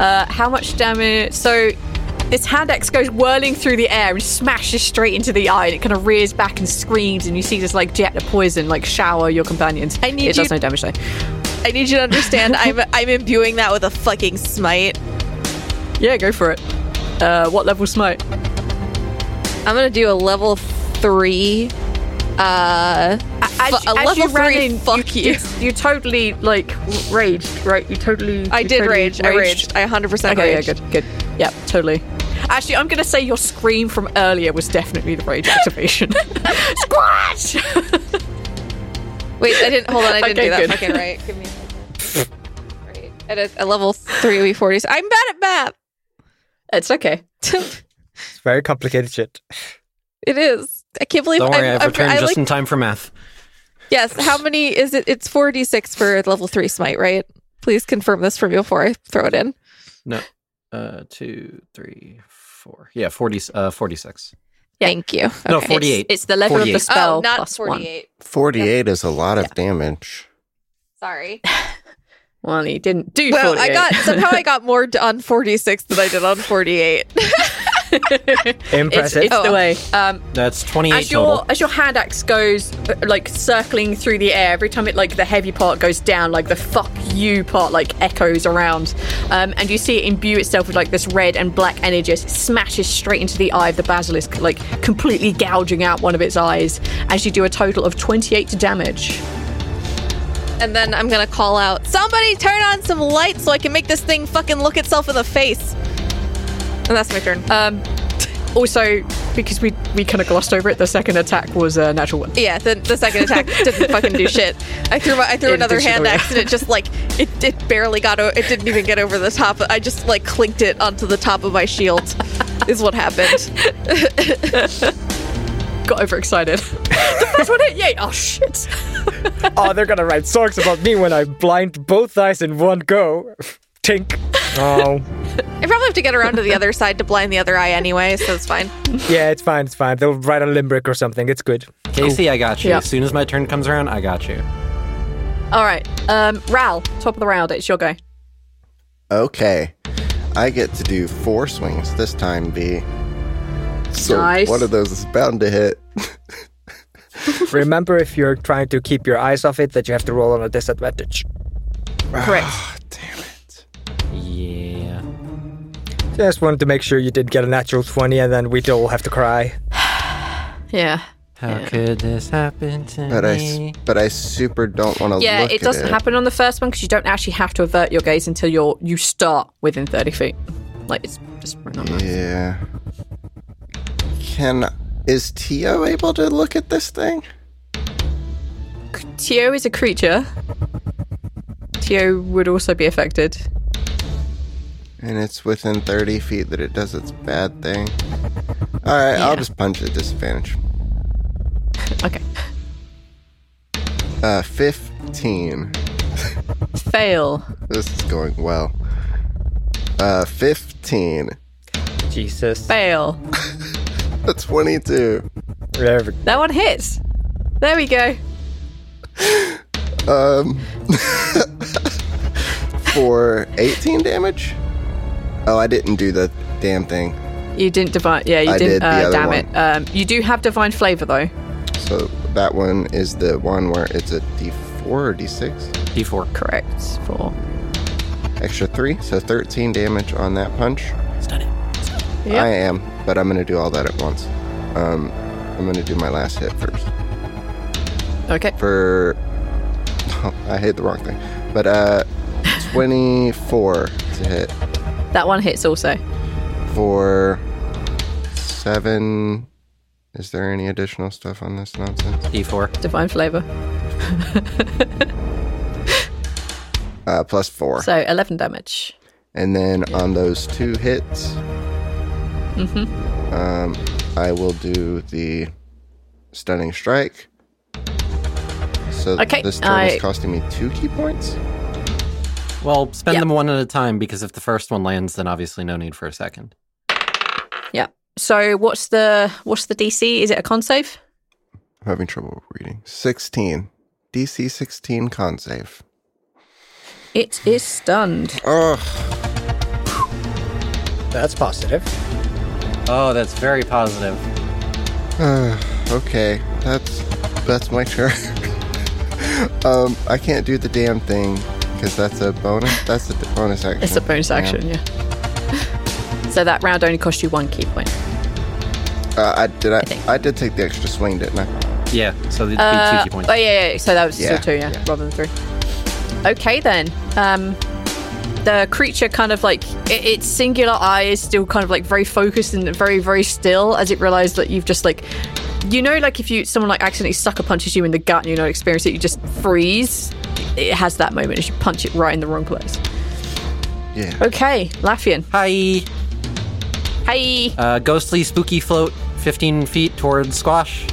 [SPEAKER 2] uh, how much damage? So this hand axe goes whirling through the air and smashes straight into the eye, and it kind of rears back and screams, and you see this like jet of poison like shower your companions.
[SPEAKER 5] I need
[SPEAKER 2] it does
[SPEAKER 5] you-
[SPEAKER 2] no damage though.
[SPEAKER 5] I need you to understand. I'm I'm imbuing that with a fucking smite.
[SPEAKER 2] Yeah, go for it. Uh, what level smite?
[SPEAKER 5] I'm gonna do a level three. Uh,
[SPEAKER 2] As,
[SPEAKER 5] fu- a
[SPEAKER 2] as
[SPEAKER 5] level
[SPEAKER 2] you ran
[SPEAKER 5] three.
[SPEAKER 2] in,
[SPEAKER 5] fuck you.
[SPEAKER 2] You totally like w- raged, right? You totally.
[SPEAKER 5] I
[SPEAKER 2] you
[SPEAKER 5] did
[SPEAKER 2] totally
[SPEAKER 5] rage. I raged. I 100 percent
[SPEAKER 2] Okay,
[SPEAKER 5] raged.
[SPEAKER 2] yeah, good, good. Yeah, totally. Actually, I'm gonna say your scream from earlier was definitely the rage activation. Squash!
[SPEAKER 5] Wait, I didn't. Hold on, I didn't
[SPEAKER 2] Okay,
[SPEAKER 5] do that
[SPEAKER 2] good.
[SPEAKER 5] fucking right. Give me. Right. At a, a level three, we forties. I'm bad at map.
[SPEAKER 2] it's okay.
[SPEAKER 4] it's very complicated shit.
[SPEAKER 5] It is. I can't believe
[SPEAKER 3] Don't worry,
[SPEAKER 5] I'm,
[SPEAKER 3] I've
[SPEAKER 5] I'm-
[SPEAKER 3] returned
[SPEAKER 5] I
[SPEAKER 3] just
[SPEAKER 5] like-
[SPEAKER 3] in time for math.
[SPEAKER 5] yes. How many is it? It's four d six for level three smite, right? Please confirm this for me before I throw it in.
[SPEAKER 3] No, uh, two, three, four. Yeah, forty. Uh, forty-six.
[SPEAKER 5] Thank you.
[SPEAKER 3] No,
[SPEAKER 5] Okay.
[SPEAKER 3] forty-eight.
[SPEAKER 2] It's the level of
[SPEAKER 3] 48.
[SPEAKER 2] the spell.
[SPEAKER 5] oh, not
[SPEAKER 2] plus one.
[SPEAKER 5] forty-eight.
[SPEAKER 7] 48 is a lot of damage.
[SPEAKER 5] Sorry.
[SPEAKER 2] Well, he didn't do
[SPEAKER 5] Well,
[SPEAKER 2] 48.
[SPEAKER 5] I got somehow I got more d- on 46 than I did on 48.
[SPEAKER 2] It's,
[SPEAKER 4] Impressive.
[SPEAKER 2] it's the
[SPEAKER 5] Oh.
[SPEAKER 2] way. Um,
[SPEAKER 3] That's twenty-eight
[SPEAKER 2] as your
[SPEAKER 3] total.
[SPEAKER 2] as your hand axe goes uh, like circling through the air every time it like the heavy part goes down like the fuck you part like echoes around um, and you see it imbue itself with like this red and black energy as it smashes straight into the eye of the basilisk like completely gouging out one of its eyes as you do a total of 28 damage
[SPEAKER 5] and then I'm going to call out, "Somebody turn on some lights so I can make this thing fucking look itself in the face." And that's my turn.
[SPEAKER 2] um, also because we we kind of glossed over it the second attack was a natural one
[SPEAKER 5] yeah, the, the second attack didn't fucking do shit. I threw my, I threw
[SPEAKER 2] It
[SPEAKER 5] another
[SPEAKER 2] did shit,
[SPEAKER 5] hand
[SPEAKER 2] oh, yeah.
[SPEAKER 5] axe and it just like it, it barely got o- it didn't even get over the top. I just like clinked it onto the top of my shield. is what happened.
[SPEAKER 2] got overexcited the first one hit yay oh shit
[SPEAKER 4] oh, they're gonna write songs about me when I blind both eyes in one go. Tink. Oh,
[SPEAKER 5] I probably have to get around to the other side to blind the other eye anyway, so it's fine.
[SPEAKER 4] yeah, it's fine. It's fine. They'll write a limerick or something. It's good.
[SPEAKER 3] Casey, I got you.
[SPEAKER 2] Yeah.
[SPEAKER 3] As soon as my turn comes around, I got you.
[SPEAKER 2] all right um, Ral top of the round it's your go
[SPEAKER 7] Okay. I get to do four swings this time, B. So
[SPEAKER 2] Nice.
[SPEAKER 7] one of those is bound to hit.
[SPEAKER 4] Remember, if you're trying to keep your eyes off it, that you have to roll on a disadvantage.
[SPEAKER 2] correct
[SPEAKER 7] Damn it.
[SPEAKER 3] Yeah.
[SPEAKER 4] Just wanted to make sure you did get a natural 20 and then we'd all have to cry.
[SPEAKER 2] Yeah.
[SPEAKER 3] How could this happen to
[SPEAKER 6] But I,
[SPEAKER 3] me?
[SPEAKER 6] s- but I super don't want to look
[SPEAKER 2] Yeah,
[SPEAKER 6] at
[SPEAKER 2] it doesn't happen on the first one because you don't actually have to avert your gaze until you're you start within thirty feet. Like it's just right on there.
[SPEAKER 6] Yeah. Can is Tio able to look at this thing?
[SPEAKER 2] Tio is a creature. Tio would also be affected.
[SPEAKER 6] And it's within 30 feet that it does its bad thing. All right, I'll just punch at disadvantage.
[SPEAKER 2] Okay.
[SPEAKER 6] Uh, 15.
[SPEAKER 2] Fail.
[SPEAKER 6] This is going well. Uh, 15.
[SPEAKER 4] Jesus.
[SPEAKER 2] Fail.
[SPEAKER 6] A 22.
[SPEAKER 4] Whatever.
[SPEAKER 2] That one hits. There we go.
[SPEAKER 6] Um, For 18 damage? Oh, I didn't do the damn thing.
[SPEAKER 2] You didn't divine. Yeah, you
[SPEAKER 6] I
[SPEAKER 2] didn't.
[SPEAKER 6] did the
[SPEAKER 2] uh,
[SPEAKER 6] other
[SPEAKER 2] damn
[SPEAKER 6] one.
[SPEAKER 2] it. Um, you do have divine flavor though.
[SPEAKER 6] So that one is the one where it's a d4 or d6?
[SPEAKER 3] D4.
[SPEAKER 2] Correct. Four.
[SPEAKER 6] Extra 3. So 13 damage on that punch. I am, but I'm going to do all that at once. Um, I'm going to do my last hit first.
[SPEAKER 2] Okay.
[SPEAKER 6] for I hit the wrong thing. But uh 24 to hit
[SPEAKER 2] That one hits also.
[SPEAKER 6] for 7 Is there any additional stuff on this nonsense?
[SPEAKER 3] D4.
[SPEAKER 2] Divine flavor.
[SPEAKER 6] Uh plus 4.
[SPEAKER 2] So eleven damage.
[SPEAKER 6] And then on those two hits
[SPEAKER 2] Mm-hmm.
[SPEAKER 6] um I will do the stunning strike. So
[SPEAKER 2] Okay,
[SPEAKER 6] this turn
[SPEAKER 2] I-
[SPEAKER 6] is costing me 2 key points.
[SPEAKER 3] Well, spend
[SPEAKER 2] Yeah.
[SPEAKER 3] them one at a time because if the first one lands, then obviously no need for a second.
[SPEAKER 2] Yeah. So what's the what's the DC? Is it a con save?
[SPEAKER 6] I'm having trouble reading. 16. DC 16 con save.
[SPEAKER 2] It is stunned.
[SPEAKER 6] Ugh.
[SPEAKER 4] That's positive.
[SPEAKER 3] Oh, that's very positive.
[SPEAKER 6] Uh, okay, that's that's my turn. um, I can't do the damn thing because that's a bonus. That's a bonus action.
[SPEAKER 2] It's a bonus
[SPEAKER 6] Yeah.
[SPEAKER 2] action, yeah. So that round only cost you one key point.
[SPEAKER 6] Uh, I did. I,
[SPEAKER 2] think.
[SPEAKER 6] I did take the extra swing, didn't I?
[SPEAKER 3] Yeah, so it'd be
[SPEAKER 2] Uh,
[SPEAKER 3] two key points.
[SPEAKER 2] oh yeah, yeah. So that was still
[SPEAKER 6] Yeah,
[SPEAKER 2] two, yeah,
[SPEAKER 6] yeah.
[SPEAKER 2] rather than three. Okay then. Um, the creature kind of like it, its singular eye is still kind of like very focused and very very still as it realized that you've just like you know like if you someone like accidentally sucker punches you in the gut and you're not experienced it you just freeze it has that moment as you punch it right in the wrong place
[SPEAKER 6] Yeah.
[SPEAKER 2] okay Laffian
[SPEAKER 3] Hi.
[SPEAKER 2] hey
[SPEAKER 3] Uh, ghostly spooky float 15 feet towards squash.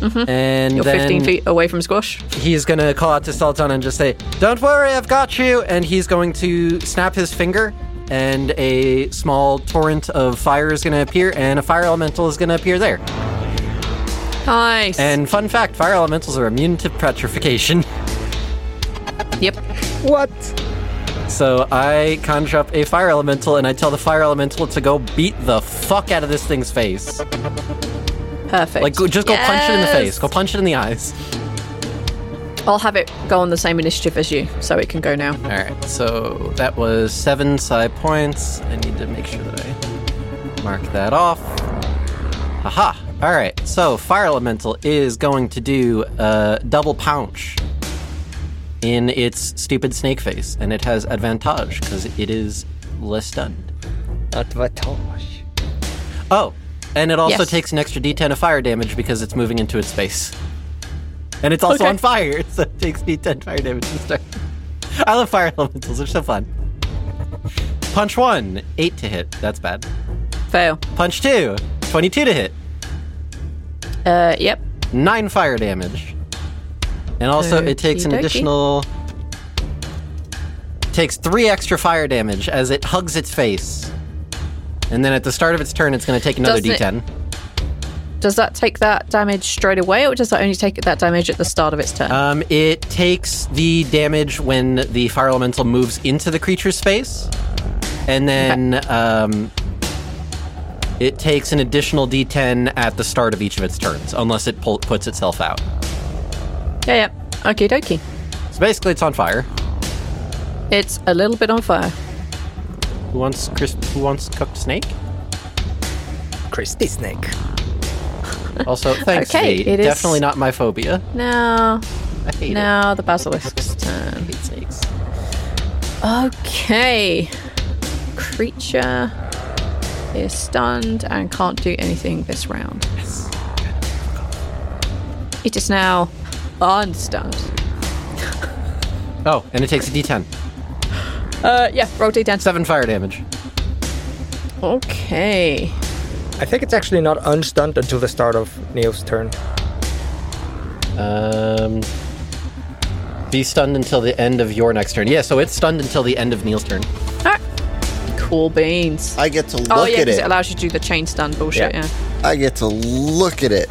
[SPEAKER 3] And
[SPEAKER 2] Mm-hmm. you're
[SPEAKER 3] then
[SPEAKER 2] 15 feet away from squash
[SPEAKER 3] he's going to call out to Sultan and just say, Don't worry, I've got you. And he's going to snap his finger, and a small torrent of fire is going to appear, and a fire elemental is going to appear there.
[SPEAKER 2] nice
[SPEAKER 3] And fun fact fire elementals are immune to petrification.
[SPEAKER 2] yep
[SPEAKER 4] What?
[SPEAKER 3] So I conjure up a fire elemental and I tell the fire elemental to go beat the fuck out of this thing's face.
[SPEAKER 2] perfect
[SPEAKER 3] Like, go, just go punch it in the face.
[SPEAKER 2] Yes.
[SPEAKER 3] Go punch it in the eyes.
[SPEAKER 2] I'll have it go on the same initiative as you, so it can go now.
[SPEAKER 3] All right. So that was seven psi points. I need to make sure that I mark that off. Aha. All right. So fire elemental is going to do a double punch in its stupid snake face, and it has advantage because it is less stunned.
[SPEAKER 4] Advantage.
[SPEAKER 3] Oh, and it also
[SPEAKER 2] Yes.
[SPEAKER 3] takes an extra d10 of fire damage because it's moving into its space. And it's also
[SPEAKER 2] Okay.
[SPEAKER 3] on fire, so it takes d10 fire damage to start. I love fire elementals, they're so fun. Punch one, 8 to hit. That's bad.
[SPEAKER 2] Fail.
[SPEAKER 3] Punch two, 22 to hit.
[SPEAKER 2] Uh, yep.
[SPEAKER 3] 9 fire damage. And also, it takes an
[SPEAKER 2] Okey-dokey.
[SPEAKER 3] additional. Takes 3 extra fire damage as it hugs its face. And then at the start of its turn, it's going to take another
[SPEAKER 2] Doesn't it-
[SPEAKER 3] d10.
[SPEAKER 2] Does that take that damage straight away, or does that only take that damage at the start of its turn?
[SPEAKER 3] Um, it takes the damage when the fire elemental moves into the creature's space, and then um, it takes an additional D10 at the start of each of its turns, unless it pull- puts itself out.
[SPEAKER 2] yeah, yeah. Okay, dokie.
[SPEAKER 3] So basically, it's on fire.
[SPEAKER 2] It's a little bit on fire.
[SPEAKER 3] Who wants crisp? Who wants cooked snake?
[SPEAKER 4] Crispy snake.
[SPEAKER 3] Also, thanks.
[SPEAKER 2] Okay,
[SPEAKER 3] Vee.
[SPEAKER 2] it is-
[SPEAKER 3] definitely not my phobia.
[SPEAKER 2] No,
[SPEAKER 3] I hate it.
[SPEAKER 2] no, the basilisk's turn.
[SPEAKER 3] hate snakes.
[SPEAKER 2] Okay. Creature is stunned and can't do anything this round. It is now unstunned.
[SPEAKER 3] Oh, and it takes a D10.
[SPEAKER 2] Uh, yeah, roll d10.
[SPEAKER 3] Seven fire damage.
[SPEAKER 2] Okay.
[SPEAKER 4] I think it's actually not unstunned until the start of Neo's turn.
[SPEAKER 3] Um, be stunned until the end of your next turn. Yeah, so it's stunned until the end of Neil's turn.
[SPEAKER 2] Ah, cool beans.
[SPEAKER 6] I get to look
[SPEAKER 2] oh yeah,
[SPEAKER 6] at
[SPEAKER 2] because
[SPEAKER 6] it.
[SPEAKER 2] it allows you to do the chain stun bullshit.
[SPEAKER 4] Yeah.
[SPEAKER 2] Yeah.
[SPEAKER 6] I get to look at it.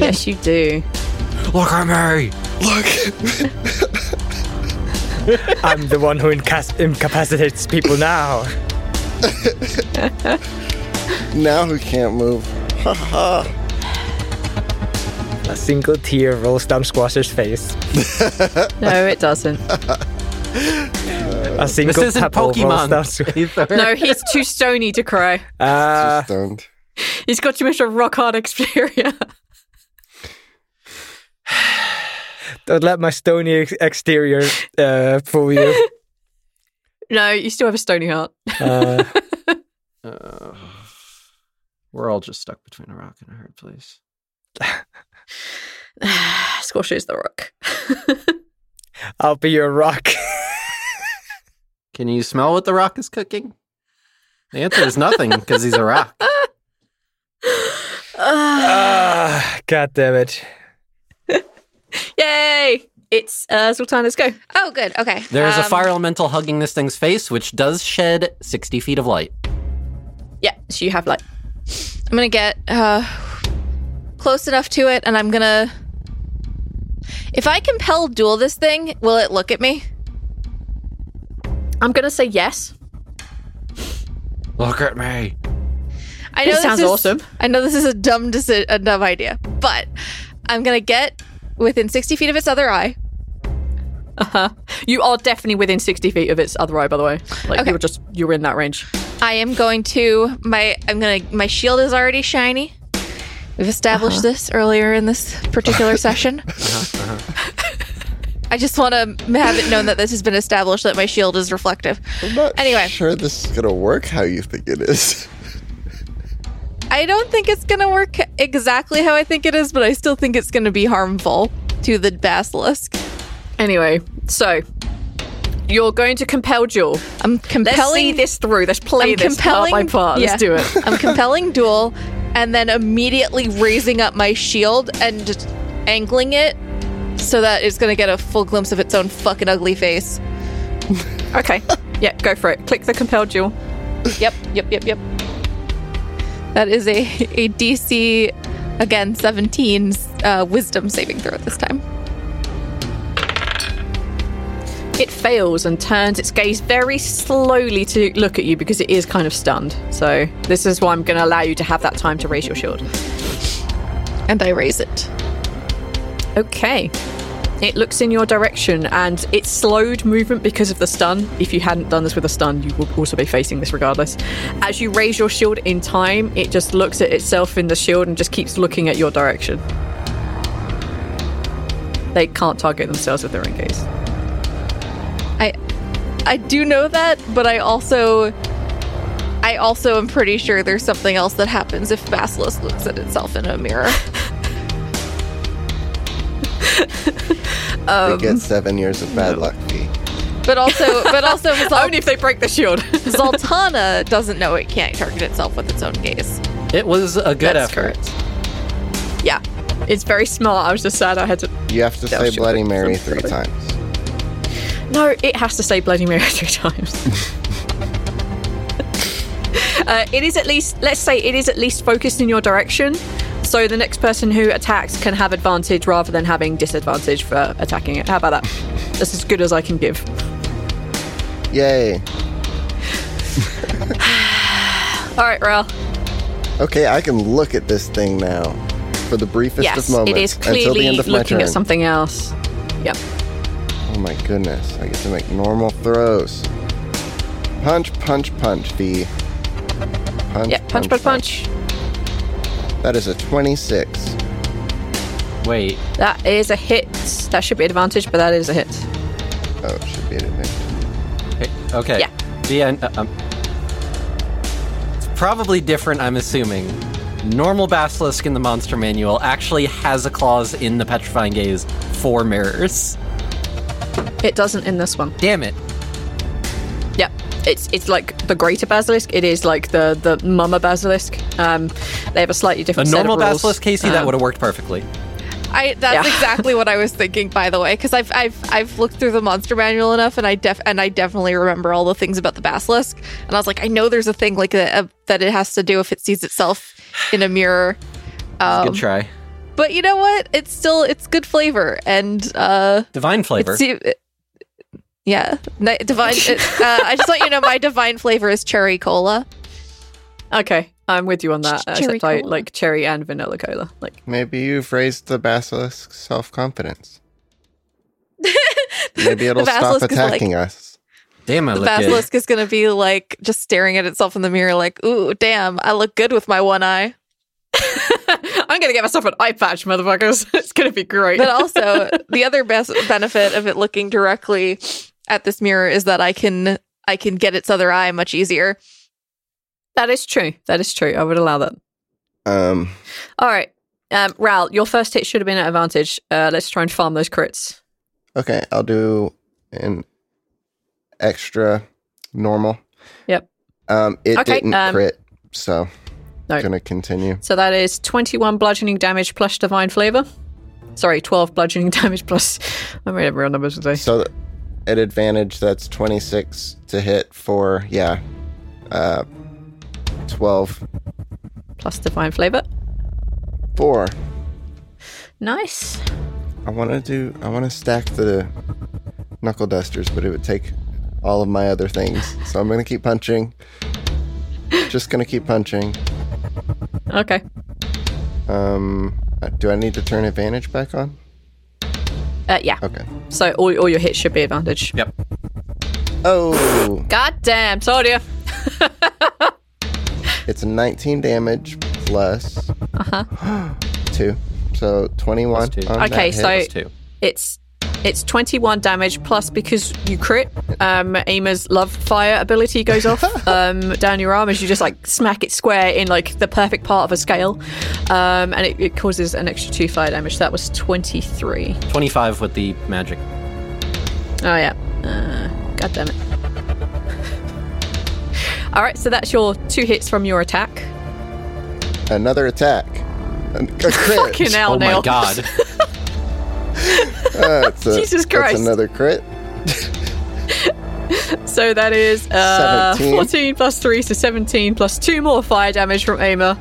[SPEAKER 2] yes, you do.
[SPEAKER 3] Look at me!
[SPEAKER 4] I'm the one who incas- incapacitates people now.
[SPEAKER 6] Now who can't move?
[SPEAKER 4] A single tear rolls down Squasher's face.
[SPEAKER 2] No, it doesn't.
[SPEAKER 4] A single
[SPEAKER 3] This isn't
[SPEAKER 4] pebble rolls down
[SPEAKER 3] Pokemon.
[SPEAKER 4] Squ-
[SPEAKER 3] Ether.
[SPEAKER 2] No, he's too stony to cry.
[SPEAKER 4] Uh,
[SPEAKER 6] Stunned.
[SPEAKER 2] He's got too much of rock hard exterior.
[SPEAKER 4] don't let my stony ex- exterior uh, fool you.
[SPEAKER 2] no, you still have a stony heart.
[SPEAKER 4] Uh,
[SPEAKER 3] We're all just stuck between a rock and a hard place.
[SPEAKER 2] Squash is the rock.
[SPEAKER 4] I'll be your rock.
[SPEAKER 3] Can you smell what the rock is cooking? The answer is nothing because he's a rock.
[SPEAKER 4] Ah, God damn it.
[SPEAKER 2] Yay! It's uh, Zoltana's go.
[SPEAKER 11] Oh, good. Okay.
[SPEAKER 3] There is a
[SPEAKER 11] Um,
[SPEAKER 3] fire elemental hugging this thing's face, which does shed 60 feet of light.
[SPEAKER 2] Yeah, so you have like
[SPEAKER 10] I'm gonna get uh, close enough to it, and I'm gonna. If I compel duel this thing, will it look at me?
[SPEAKER 2] I'm gonna say yes.
[SPEAKER 3] Look at me.
[SPEAKER 10] I
[SPEAKER 2] This
[SPEAKER 10] this
[SPEAKER 2] sounds
[SPEAKER 10] is-
[SPEAKER 2] awesome.
[SPEAKER 10] I know this is a dumb deci- a dumb idea, but I'm gonna get within 60 feet of its other eye.
[SPEAKER 2] Uh huh. You are definitely within sixty feet of its other eye, by the way. Like
[SPEAKER 10] Okay.
[SPEAKER 2] you're just you're in that range.
[SPEAKER 10] I am going to my I'm gonna my shield is already shiny. We've established
[SPEAKER 2] Uh-huh.
[SPEAKER 10] this earlier in this particular session.
[SPEAKER 6] Uh-huh,
[SPEAKER 10] I just want to have it known that this has been established that my shield is reflective.
[SPEAKER 6] I'm not
[SPEAKER 10] Anyway.
[SPEAKER 6] sure this is gonna work how you think it is.
[SPEAKER 10] I don't think it's going to work exactly how I think it is, but I still think it's going to be harmful to the basilisk.
[SPEAKER 2] Anyway, so you're going to compel Jewel.
[SPEAKER 10] I'm
[SPEAKER 2] Let's see
[SPEAKER 10] compelling
[SPEAKER 2] this through. Let's play
[SPEAKER 10] I'm
[SPEAKER 2] this part by
[SPEAKER 10] compelling-
[SPEAKER 2] part.
[SPEAKER 10] yeah.
[SPEAKER 2] Let's do it.
[SPEAKER 10] I'm compelling duel and then immediately raising up my shield and just angling it so that it's going to get a full glimpse of its own fucking ugly face.
[SPEAKER 2] Okay. Yeah, go for it. Click the compel Jewel.
[SPEAKER 10] Yep, yep, yep, yep. That is a, a DC, again, 17 uh, wisdom saving throw this time.
[SPEAKER 2] It fails and turns its gaze very slowly to look at you because it is kind of stunned. So this is why I'm going to allow you to have that time to raise your shield.
[SPEAKER 10] And I raise it.
[SPEAKER 2] Okay. It looks in your direction and it's slowed movement because of the stun. If you hadn't done this with a stun, you would also be facing this regardless. As you raise your shield in time, it just looks at itself in the shield and just keeps looking at your direction. They can't target themselves with their own gaze.
[SPEAKER 10] I I do know that, but I also I also am pretty sure there's something else that happens if Basilisk looks at itself in a mirror.
[SPEAKER 2] Um,
[SPEAKER 6] You get seven years of bad luck, Pete.
[SPEAKER 10] But also but also Zal-
[SPEAKER 2] Only if they break the shield.
[SPEAKER 10] Zoltana doesn't know it can't target itself with its own gaze.
[SPEAKER 3] It was a good
[SPEAKER 2] That's
[SPEAKER 3] effort.
[SPEAKER 2] yeah, it's very smart. I was just sad I had to.
[SPEAKER 6] You have to
[SPEAKER 2] Thou
[SPEAKER 6] say
[SPEAKER 2] shalt
[SPEAKER 6] Bloody
[SPEAKER 2] not
[SPEAKER 6] Mary
[SPEAKER 2] tempt
[SPEAKER 6] three
[SPEAKER 2] God.
[SPEAKER 6] times.
[SPEAKER 2] No, it has to say Bloody Mary three times. uh, it is at least, let's say, it is at least focused in your direction. So the next person who attacks can have advantage rather than having disadvantage for attacking it. How about that? That's as good as I can give.
[SPEAKER 6] Yay.
[SPEAKER 2] All right, Ral.
[SPEAKER 6] Okay, I can look at this thing now for the briefest
[SPEAKER 2] Yes,
[SPEAKER 6] of moments
[SPEAKER 2] it is
[SPEAKER 6] until the
[SPEAKER 2] clearly
[SPEAKER 6] end of my
[SPEAKER 2] looking
[SPEAKER 6] turn.
[SPEAKER 2] at something else. Yep.
[SPEAKER 6] Oh my goodness! I get to make normal throws. Punch, punch, punch. V. Punch,
[SPEAKER 2] Yeah, punch, punch, punch.
[SPEAKER 6] That is a 26.
[SPEAKER 3] Wait,
[SPEAKER 2] That is a hit. That should be advantage, but that is a hit.
[SPEAKER 6] Oh, it should be an advantage.
[SPEAKER 3] Hey, Eh, Okay.
[SPEAKER 2] Yeah.
[SPEAKER 3] The end. uh, um, it's probably different, I'm assuming. Normal basilisk in the monster manual actually has a clause in the petrifying gaze for mirrors.
[SPEAKER 2] It doesn't in this one.
[SPEAKER 3] Damn it.
[SPEAKER 2] Yep. It's it's like the greater basilisk. It is like the the mama basilisk. Um, they have a slightly
[SPEAKER 3] A
[SPEAKER 2] different. set of
[SPEAKER 3] normal
[SPEAKER 2] rules.
[SPEAKER 3] basilisk, Um, Casey, that would have worked perfectly.
[SPEAKER 5] I that's
[SPEAKER 2] Yeah.
[SPEAKER 5] exactly what I was thinking, by the way, because I've I've I've looked through the monster manual enough, and I def and I definitely remember all the things about the basilisk. And I was like, I know there's a thing like that uh, that it has to do if it sees itself in a mirror.
[SPEAKER 2] um,
[SPEAKER 3] Good try.
[SPEAKER 5] But you know what? It's still it's good flavor, and uh,
[SPEAKER 3] Divine flavor.
[SPEAKER 5] it's yeah, Ni- divine. it, uh, I just want you to know my divine flavor is cherry cola.
[SPEAKER 2] Okay, I'm with you on that.
[SPEAKER 5] Ch- cherry
[SPEAKER 2] Except I
[SPEAKER 5] cola.
[SPEAKER 2] like cherry and vanilla cola. Like
[SPEAKER 12] Maybe you've raised the basilisk's self confidence. Maybe it'll stop
[SPEAKER 5] basilisk is like-
[SPEAKER 12] attacking us.
[SPEAKER 3] Damn, I
[SPEAKER 5] The
[SPEAKER 3] look good.
[SPEAKER 5] basilisk is gonna be like just staring at itself in the mirror, like, ooh, damn, I look good with my one eye.
[SPEAKER 2] I'm gonna get myself an eye patch, motherfuckers. it's gonna be great.
[SPEAKER 5] but also the other best benefit of it looking directly at this mirror is that I can I can get its other eye much easier.
[SPEAKER 2] that is true. That is true. I would allow that.
[SPEAKER 6] Um,
[SPEAKER 2] All right, um, Ral, your first hit should have been at advantage. Uh, let's try and farm those crits.
[SPEAKER 6] okay, I'll do an extra normal.
[SPEAKER 2] Yep.
[SPEAKER 6] Um, it
[SPEAKER 2] Okay,
[SPEAKER 6] didn't
[SPEAKER 2] um,
[SPEAKER 6] crit, so
[SPEAKER 2] No.
[SPEAKER 6] gonna continue.
[SPEAKER 2] So that is 21 bludgeoning damage plus divine flavor. Sorry, 12 bludgeoning damage plus. I'm reading real numbers today.
[SPEAKER 6] So th- at advantage, that's 26 to hit for, yeah, uh, 12,
[SPEAKER 2] Plus divine flavor.
[SPEAKER 6] 4.
[SPEAKER 2] Nice.
[SPEAKER 6] I want to do, I want to stack the knuckle dusters, but it would take all of my other things. So I'm gonna keep punching. Just gonna keep punching.
[SPEAKER 2] Okay.
[SPEAKER 6] Um, uh, do I need to turn advantage back on?
[SPEAKER 2] Uh, yeah.
[SPEAKER 6] Okay.
[SPEAKER 2] So all, all your hits should be advantage.
[SPEAKER 3] Yep.
[SPEAKER 6] Oh,
[SPEAKER 2] God damn, told you.
[SPEAKER 6] it's 19 damage plus two, so 21.
[SPEAKER 3] Plus two.
[SPEAKER 6] on that
[SPEAKER 2] Uh-huh. Okay,
[SPEAKER 6] hit.
[SPEAKER 2] so
[SPEAKER 3] Two.
[SPEAKER 2] it's it's 21 damage plus because you crit. Um, Aimer's love fire ability goes off um, down your arm as you just like smack it square in like the perfect part of a scale, um, and it, it causes an extra two fire damage. That was 23.
[SPEAKER 3] 25 with the magic.
[SPEAKER 2] Oh yeah. Uh, God damn it. All right, so that's your two hits from your attack.
[SPEAKER 6] another attack. An- A crit. Uh,
[SPEAKER 2] Fucking hell,
[SPEAKER 3] oh my
[SPEAKER 2] Neil.
[SPEAKER 3] god.
[SPEAKER 6] That's a-
[SPEAKER 2] Jesus
[SPEAKER 6] That's
[SPEAKER 2] Christ.
[SPEAKER 6] another crit.
[SPEAKER 2] So that is uh,
[SPEAKER 6] 17.
[SPEAKER 2] 14 plus 3, so 17 plus 2 more fire damage from Aimer.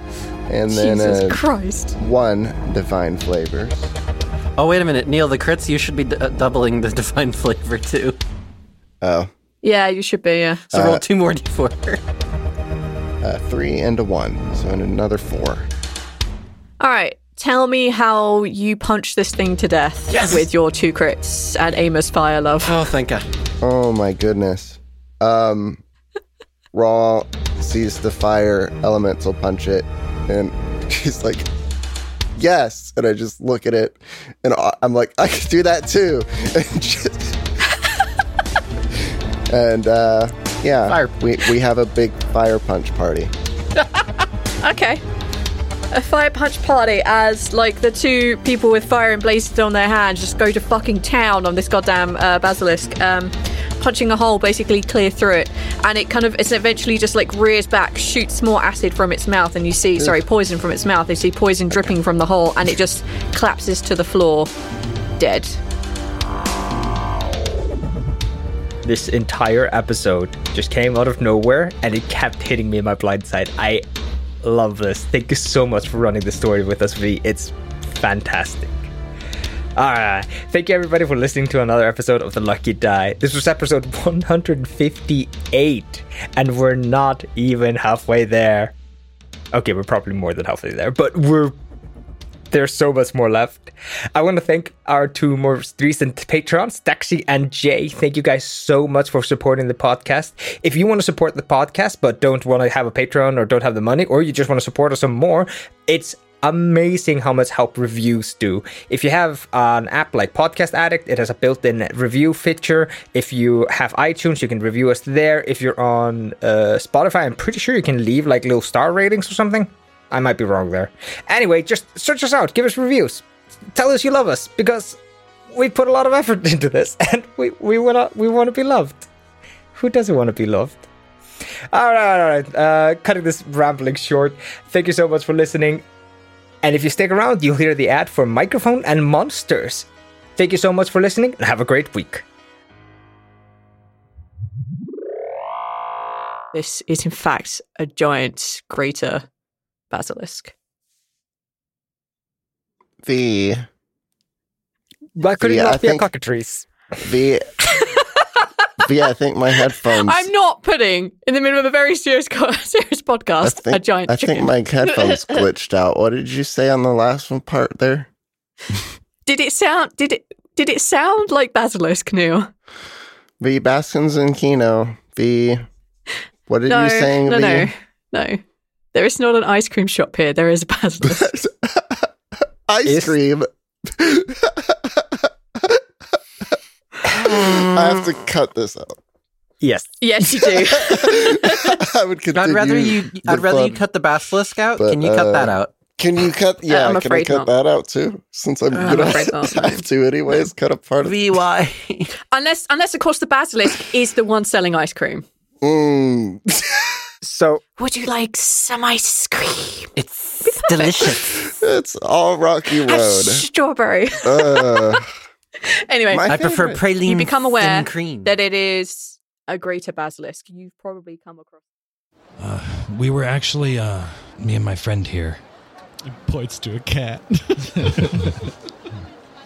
[SPEAKER 6] And then
[SPEAKER 2] Jesus
[SPEAKER 6] uh,
[SPEAKER 2] Christ.
[SPEAKER 6] one divine flavors.
[SPEAKER 3] Oh, wait a minute. Neil, the crits, you should be d- uh, doubling the divine flavor too.
[SPEAKER 6] Oh,
[SPEAKER 2] Yeah, you should be, yeah.
[SPEAKER 3] So roll two more d4.
[SPEAKER 6] uh, three and a one. So another four.
[SPEAKER 2] All right, tell me how you punch this thing to death
[SPEAKER 3] Yes!
[SPEAKER 2] with your two crits and Aimer's fire love.
[SPEAKER 3] oh, thank god.
[SPEAKER 6] Oh my goodness. Um, Raw sees the fire elemental punch it, and she's like, "Yes!" And I just look at it, and I- I'm like, "I can do that too." And, just- and uh, yeah,
[SPEAKER 3] Fire.
[SPEAKER 6] we we have a big fire punch party.
[SPEAKER 2] Okay. A fire punch party as like the two people with fire emblazoned on their hands just go to fucking town on this goddamn uh, basilisk, um, punching a hole basically clear through it, and it kind of it's eventually just like rears back, shoots more acid from its mouth, and you see sorry poison from its mouth. You see poison dripping from the hole, and it just collapses to the floor, dead.
[SPEAKER 4] This entire episode just came out of nowhere and it kept hitting me in my blind side. I love this. Thank you so much for running the story with us, V. It's fantastic. Alright, thank you everybody for listening to another episode of The Lucky Die. This was episode 158, and we're not even halfway there. Okay, we're probably more than halfway there, but we're There's so much more left. I want to thank our two most recent patrons, Taxi and Jay. Thank you guys so much for supporting the podcast. If you want to support the podcast but don't want to have a Patreon or don't have the money, or you just want to support us some more, it's amazing how much help reviews do. If you have an app like Podcast Addict, it has a built-in review feature. If you have iTunes, you can review us there. If you're on uh, Spotify, I'm pretty sure you can leave like little star ratings or something. I might be wrong there. Anyway, just search us out, give us reviews, tell us you love us because we put a lot of effort into this and we we wanna we want to be loved. Who doesn't want to be loved? All right, all right. Uh, cutting this rambling short. Thank you so much for listening. And if you stick around, you'll hear the ad for Microphone and Monsters. Thank you so much for listening and have a great week.
[SPEAKER 2] This is, in fact, a giant greater basilisk.
[SPEAKER 6] The
[SPEAKER 4] Why could
[SPEAKER 6] Yeah,
[SPEAKER 4] it not
[SPEAKER 6] I
[SPEAKER 4] be
[SPEAKER 6] think-
[SPEAKER 4] a cockatrice?
[SPEAKER 6] the yeah, I think my headphones.
[SPEAKER 2] I'm not putting in the middle of a very serious, co- serious
[SPEAKER 6] I
[SPEAKER 2] podcast
[SPEAKER 6] think,
[SPEAKER 2] a giant
[SPEAKER 6] I
[SPEAKER 2] chicken.
[SPEAKER 6] think my headphones glitched out. What did you say on the last one part there?
[SPEAKER 2] did it sound? Did it? Did it sound like basilisk, Neil?
[SPEAKER 6] The Baskins and Kino. The what did
[SPEAKER 2] no,
[SPEAKER 6] you say?
[SPEAKER 2] no, no,
[SPEAKER 6] the
[SPEAKER 2] no. There is not an ice cream shop here. There is a basilisk.
[SPEAKER 6] ice
[SPEAKER 4] Is-
[SPEAKER 6] cream. I have to cut this out.
[SPEAKER 4] Yes.
[SPEAKER 2] yes, you do.
[SPEAKER 6] I would continue.
[SPEAKER 3] I'd rather you.
[SPEAKER 6] the
[SPEAKER 3] I'd rather you
[SPEAKER 6] fun.
[SPEAKER 3] cut the basilisk out.
[SPEAKER 6] But,
[SPEAKER 3] Can you cut
[SPEAKER 6] uh,
[SPEAKER 3] that out?
[SPEAKER 6] Can you cut? Yeah,
[SPEAKER 2] Uh, I'm
[SPEAKER 6] can I
[SPEAKER 2] afraid
[SPEAKER 6] cut
[SPEAKER 2] not. Uh,
[SPEAKER 6] that out too? Since I'm,
[SPEAKER 2] I'm
[SPEAKER 6] gonna
[SPEAKER 2] afraid not, no.
[SPEAKER 6] have to anyways. Cut a part of.
[SPEAKER 3] Vy.
[SPEAKER 2] unless, unless of course, the basilisk is the one selling ice cream.
[SPEAKER 6] Mm.
[SPEAKER 4] So
[SPEAKER 2] Would you like some ice cream?
[SPEAKER 3] It's delicious.
[SPEAKER 6] It's all Rocky
[SPEAKER 2] Have
[SPEAKER 6] Road.
[SPEAKER 2] strawberry.
[SPEAKER 6] Uh,
[SPEAKER 2] anyway,
[SPEAKER 6] my
[SPEAKER 3] I prefer
[SPEAKER 6] favorite.
[SPEAKER 3] praline.
[SPEAKER 2] you become aware
[SPEAKER 3] thin cream.
[SPEAKER 2] that it is a greater basilisk. You've probably come across.
[SPEAKER 13] We were actually, uh, me and my friend here. Points to a cat.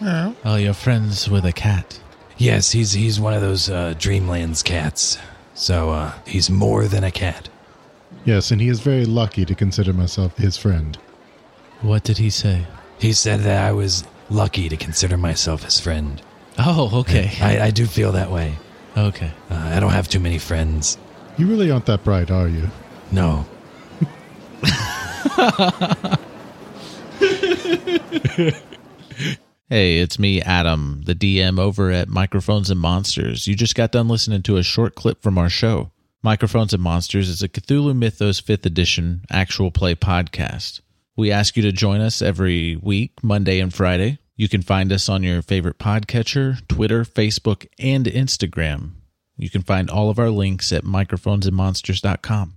[SPEAKER 13] oh, you're friends with a cat. Yes, he's he's one of those uh, Dreamlands cats. So uh, he's more than a cat.
[SPEAKER 5] Yes, and he is very lucky to consider myself his friend.
[SPEAKER 13] What did he say? He said that I was lucky to consider myself his friend. Oh, okay. I, I do feel that way. Okay. Uh, I don't have too many friends.
[SPEAKER 5] You really aren't that bright, are you?
[SPEAKER 13] No.
[SPEAKER 14] Hey, it's me, Adam, the DM over at Microphones and Monsters. You just got done listening to a short clip from our show. Microphones and Monsters is a Cthulhu Mythos 5th edition actual play podcast. We ask you to join us every week, Monday and Friday. You can find us on your favorite podcatcher, Twitter, Facebook, and Instagram. You can find all of our links at microphonesandmonsters.com.